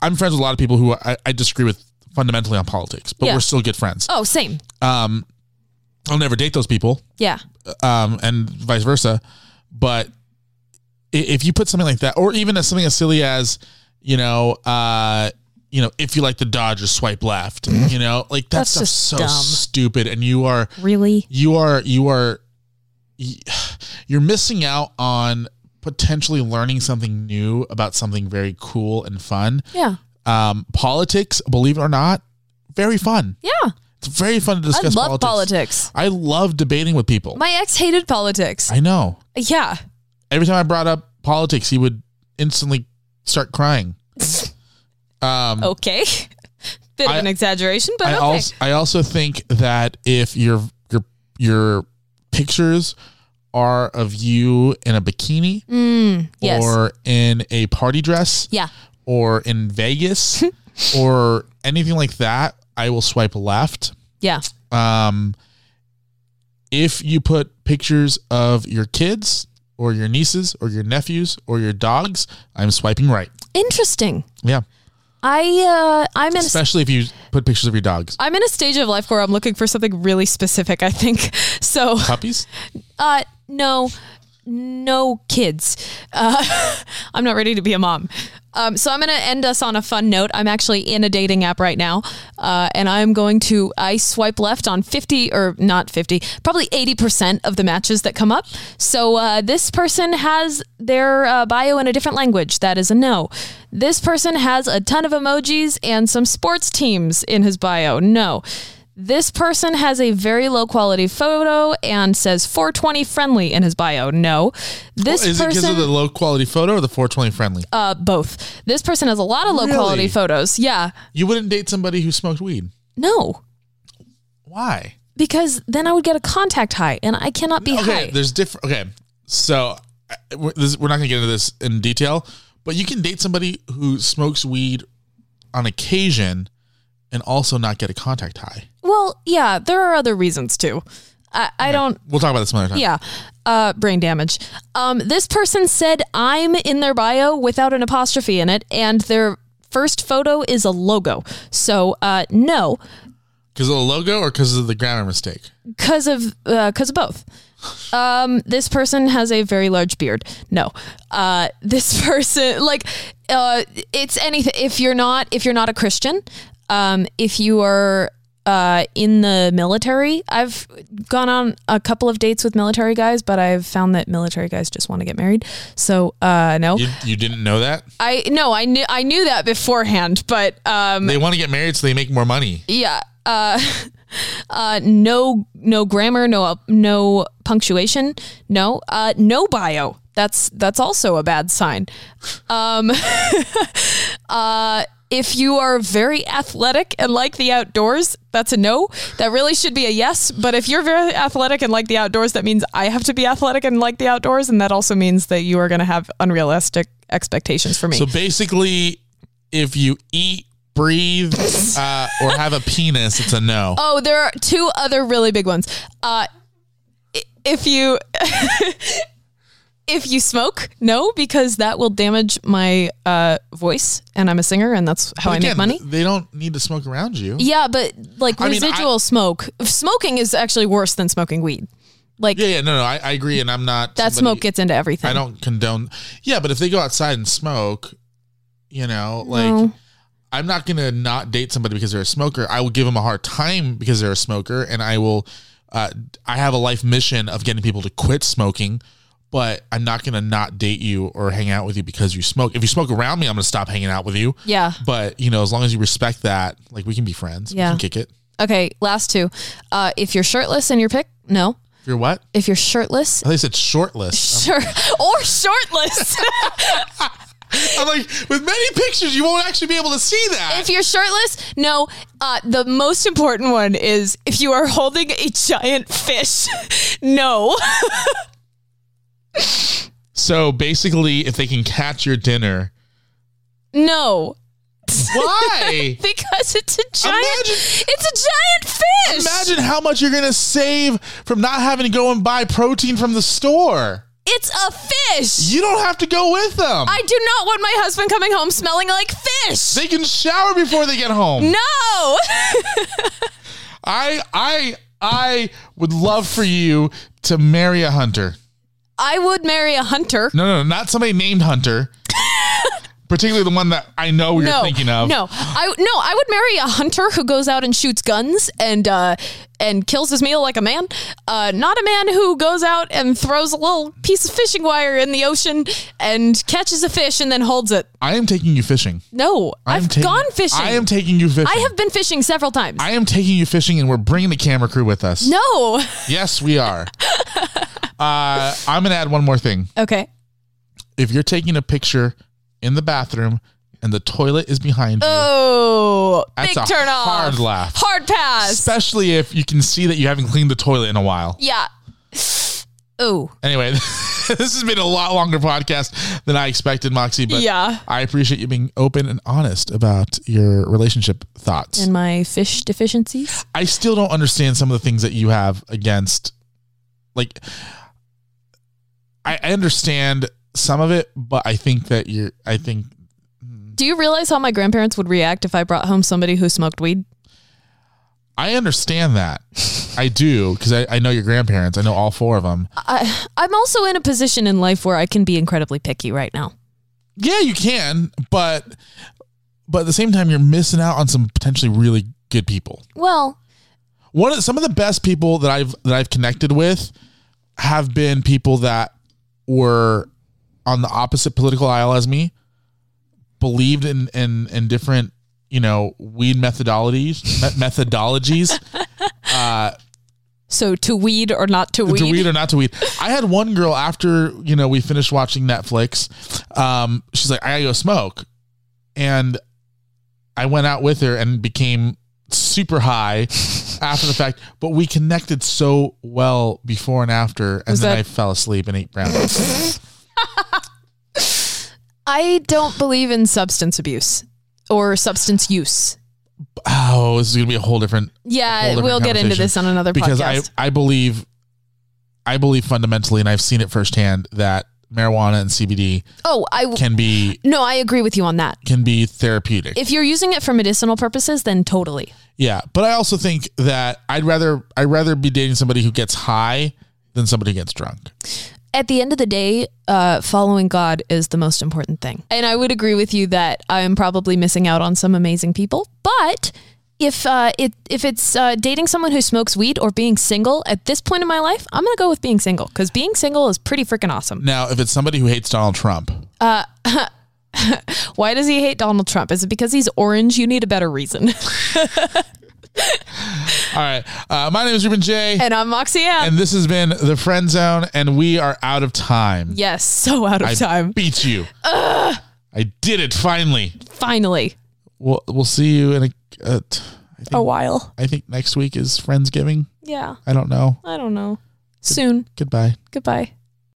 Speaker 4: I'm friends with a lot of people who I, I disagree with fundamentally on politics, but
Speaker 5: Yeah.
Speaker 4: we're still good friends.
Speaker 5: Oh, same.
Speaker 4: Um, I'll never date those people,
Speaker 5: Yeah.
Speaker 4: um, and vice versa. But i- if you put something like that, or even as something as silly as, you know, uh, you know, if you like the Dodgers, swipe left. You know, like that
Speaker 5: That's
Speaker 4: stuff's
Speaker 5: just
Speaker 4: so
Speaker 5: dumb.
Speaker 4: stupid, and you are
Speaker 5: Really?
Speaker 4: you are you are you're missing out on potentially learning something new about something very cool and fun
Speaker 5: Yeah.
Speaker 4: um politics believe it or not very fun
Speaker 5: Yeah.
Speaker 4: it's very fun to
Speaker 5: I
Speaker 4: discuss
Speaker 5: love politics.
Speaker 4: i love debating with people
Speaker 5: My ex hated politics.
Speaker 4: i know
Speaker 5: yeah.
Speaker 4: every time i brought up politics he would instantly start crying um
Speaker 5: Okay. Bit of
Speaker 4: I-
Speaker 5: an exaggeration, but
Speaker 4: I
Speaker 5: Oh, okay.
Speaker 4: also I also think that if your your your pictures are of you in a bikini
Speaker 5: Mm, yes.
Speaker 4: or in a party dress
Speaker 5: yeah.
Speaker 4: or in Vegas or anything like that, I will swipe left.
Speaker 5: Yeah.
Speaker 4: Um, if you put pictures of your kids or your nieces or your nephews or your dogs, I'm swiping right.
Speaker 5: Interesting.
Speaker 4: Yeah,
Speaker 5: I uh, I'm in a,
Speaker 4: especially if you put pictures of your dogs,
Speaker 5: I'm in a stage of life where I'm looking for something really specific. I think so.
Speaker 4: puppies.
Speaker 5: Uh, no, no kids. Uh, I'm not ready to be a mom. Um, so I'm gonna end us on a fun note. I'm actually in a dating app right now, uh, and I'm going to I swipe left on 50 or not 50, probably 80 percent of the matches that come up. So uh, this person has their uh, bio in a different language. That is a no. This person has a ton of emojis and some sports teams in his bio. No. This person has a very low quality photo and says 420 friendly in his bio. No. This
Speaker 4: Is it
Speaker 5: person
Speaker 4: because of the low quality photo or the 420 friendly?
Speaker 5: uh, both. This person has a lot of low
Speaker 4: Really?
Speaker 5: quality photos. Yeah.
Speaker 4: you wouldn't date somebody who smoked weed.
Speaker 5: No.
Speaker 4: Why?
Speaker 5: Because then I would get a contact high and I cannot be
Speaker 4: okay,
Speaker 5: high.
Speaker 4: there's different. Okay, so uh, we're, this, we're not going to get into this in detail, but you can date somebody who smokes weed on occasion and also not get a contact high.
Speaker 5: Well, yeah, there are other reasons too. I, I don't
Speaker 4: We'll talk about this another time.
Speaker 5: Yeah. Uh, brain damage. Um, this person said I'm in their bio without an apostrophe in it, and their first photo is a logo. So uh, no,
Speaker 4: because of the logo or because of the grammar mistake.
Speaker 5: because of because of both. Um, this person has a very large beard. No, uh, this person like uh, it's anything. If you're not if you're not a Christian, um, if you are uh, in the military, I've gone on a couple of dates with military guys, but I've found that military guys just want to get married. So uh, no,
Speaker 4: You, you didn't know that
Speaker 5: I no I knew I knew that beforehand, but um,
Speaker 4: they want to get married so they make more money.
Speaker 5: yeah. Uh, uh, no, no grammar, no, uh, no punctuation, no, uh, no bio. That's that's also a bad sign. Um, uh, if you are very athletic and like the outdoors, that's a no. That really should be a yes. But if you're very athletic and like the outdoors, that means I have to be athletic and like the outdoors, and that also means that you are going to have unrealistic expectations for me.
Speaker 4: So basically, if you eat, breathe, uh, or have a penis, it's a no.
Speaker 5: Oh, there are two other really big ones. Uh, i- if you if you smoke, no, because that will damage my uh, voice, and I'm a singer, and that's how
Speaker 4: But
Speaker 5: I
Speaker 4: again,
Speaker 5: make money.
Speaker 4: They don't need to smoke around you.
Speaker 5: yeah, but like
Speaker 4: I mean, I-
Speaker 5: residual smoke, smoking is actually worse than smoking weed. Like
Speaker 4: Yeah, yeah, no, no, I, I agree, and I'm not
Speaker 5: that
Speaker 4: somebody-
Speaker 5: smoke gets into everything.
Speaker 4: I don't condone. Yeah, but if they go outside and smoke, you know, like
Speaker 5: No.
Speaker 4: I'm not gonna not date somebody because they're a smoker. I will give them a hard time because they're a smoker, and I will. Uh, I have a life mission of getting people to quit smoking, but I'm not gonna not date you or hang out with you because you smoke. If you smoke around me, I'm gonna stop hanging out with you.
Speaker 5: Yeah.
Speaker 4: But you know, as long as you respect that, like we can be friends.
Speaker 5: Yeah.
Speaker 4: We can kick it.
Speaker 5: Okay, last two. Uh, if you're shirtless and you're pick, no.
Speaker 4: If you're what?
Speaker 5: If you're shirtless,
Speaker 4: I think it's shortless.
Speaker 5: sure, or shortless.
Speaker 4: I'm like, with many pictures, you won't actually be able to see that.
Speaker 5: if you're shirtless, no. Uh, the most important one is if you are holding a giant fish, no.
Speaker 4: So basically, if they can catch your dinner,
Speaker 5: No,
Speaker 4: why?
Speaker 5: because it's a giant.
Speaker 4: Imagine-
Speaker 5: it's a giant fish.
Speaker 4: Imagine how much you're gonna save from not having to go and buy protein from the store.
Speaker 5: It's a fish.
Speaker 4: You don't have to go with them.
Speaker 5: I do not want my husband coming home smelling like fish.
Speaker 4: they can shower before they get home.
Speaker 5: no.
Speaker 4: I I I would love for you to marry a hunter.
Speaker 5: I would marry a hunter.
Speaker 4: No, no, not somebody named Hunter. Particularly the one that I know you're
Speaker 5: no,
Speaker 4: thinking of.
Speaker 5: no, I no, I would marry a hunter who goes out and shoots guns and uh, and kills his meal like a man. Uh, not a man who goes out and throws a little piece of fishing wire in the ocean and catches a fish and then holds it.
Speaker 4: I am taking you fishing.
Speaker 5: No,
Speaker 4: I am
Speaker 5: I've
Speaker 4: taking-
Speaker 5: gone fishing.
Speaker 4: I am taking you fishing.
Speaker 5: I have been fishing several times.
Speaker 4: I am taking you fishing, and we're bringing the camera crew with us.
Speaker 5: no.
Speaker 4: Yes, we are. uh, I'm going to add one more thing.
Speaker 5: Okay.
Speaker 4: If you're taking a picture in the bathroom and the toilet is behind you,
Speaker 5: Oh,
Speaker 4: That's
Speaker 5: big
Speaker 4: a
Speaker 5: turn off.
Speaker 4: hard laugh.
Speaker 5: Hard pass.
Speaker 4: especially if you can see that you haven't cleaned the toilet in a while.
Speaker 5: yeah. Oh,
Speaker 4: Anyway, this has been a lot longer podcast than I expected, Moxie, but
Speaker 5: Yeah.
Speaker 4: I appreciate you being open and honest about your relationship thoughts.
Speaker 5: and my fish deficiencies.
Speaker 4: I still don't understand some of the things that you have against. Like, I I understand some of it, but I think that you're. I think
Speaker 5: Do you realize how my grandparents would react if I brought home somebody who smoked weed?
Speaker 4: I understand that. I do because I, I know your grandparents. I know all four of them.
Speaker 5: I, I'm also in a position in life where I can be incredibly picky right now.
Speaker 4: Yeah, you can, but but at the same time, you're missing out on some potentially really good people.
Speaker 5: Well,
Speaker 4: One of some of the best people that I've that I've connected with have been people that were on the opposite political aisle as me, believed in in in different you know weed methodologies me- methodologies
Speaker 5: so to weed or not to weed?
Speaker 4: to weed or not to weed. I had one girl after you know we finished watching Netflix. Um, she's like, I gotta go smoke, and I went out with her and became super high after the fact. But we connected so well before and after, and
Speaker 5: Was
Speaker 4: then
Speaker 5: that-
Speaker 4: I fell asleep and ate brownies.
Speaker 5: I don't believe in substance abuse or substance use.
Speaker 4: oh, this is gonna be a whole different whole
Speaker 5: Yeah,
Speaker 4: different
Speaker 5: we'll get into
Speaker 4: conversation.
Speaker 5: this on another
Speaker 4: because
Speaker 5: podcast.
Speaker 4: I I believe I believe fundamentally, and I've seen it firsthand that marijuana and CBD
Speaker 5: oh, I
Speaker 4: can be
Speaker 5: no, I agree with you on that.
Speaker 4: can be therapeutic.
Speaker 5: If you're using it for medicinal purposes, then totally.
Speaker 4: Yeah, but I also think that I'd rather I'd rather be dating somebody who gets high than somebody who gets drunk.
Speaker 5: At the end of the day, uh, following God is the most important thing. And I would agree with you that I'm probably missing out on some amazing people. But if uh, it if it's uh, dating someone who smokes weed or being single at this point in my life, I'm gonna go with being single because being single is pretty freaking awesome.
Speaker 4: Now, if it's somebody who hates Donald Trump,
Speaker 5: Why does he hate Donald Trump? Is it because he's orange? You need a better reason.
Speaker 4: all right. Uh, my name is Ruben J, and,
Speaker 5: and I'm Moxie M.
Speaker 4: this has been the Friend Zone, and we are out of time.
Speaker 5: yes, so out of
Speaker 4: I
Speaker 5: time.
Speaker 4: beat you. I did it finally.
Speaker 5: Finally,
Speaker 4: We'll we'll see you in a. Uh, t- I think,
Speaker 5: a while.
Speaker 4: I think next week is Friendsgiving.
Speaker 5: Yeah,
Speaker 4: I don't know.
Speaker 5: I don't know. Soon.
Speaker 4: Goodbye.
Speaker 5: Goodbye.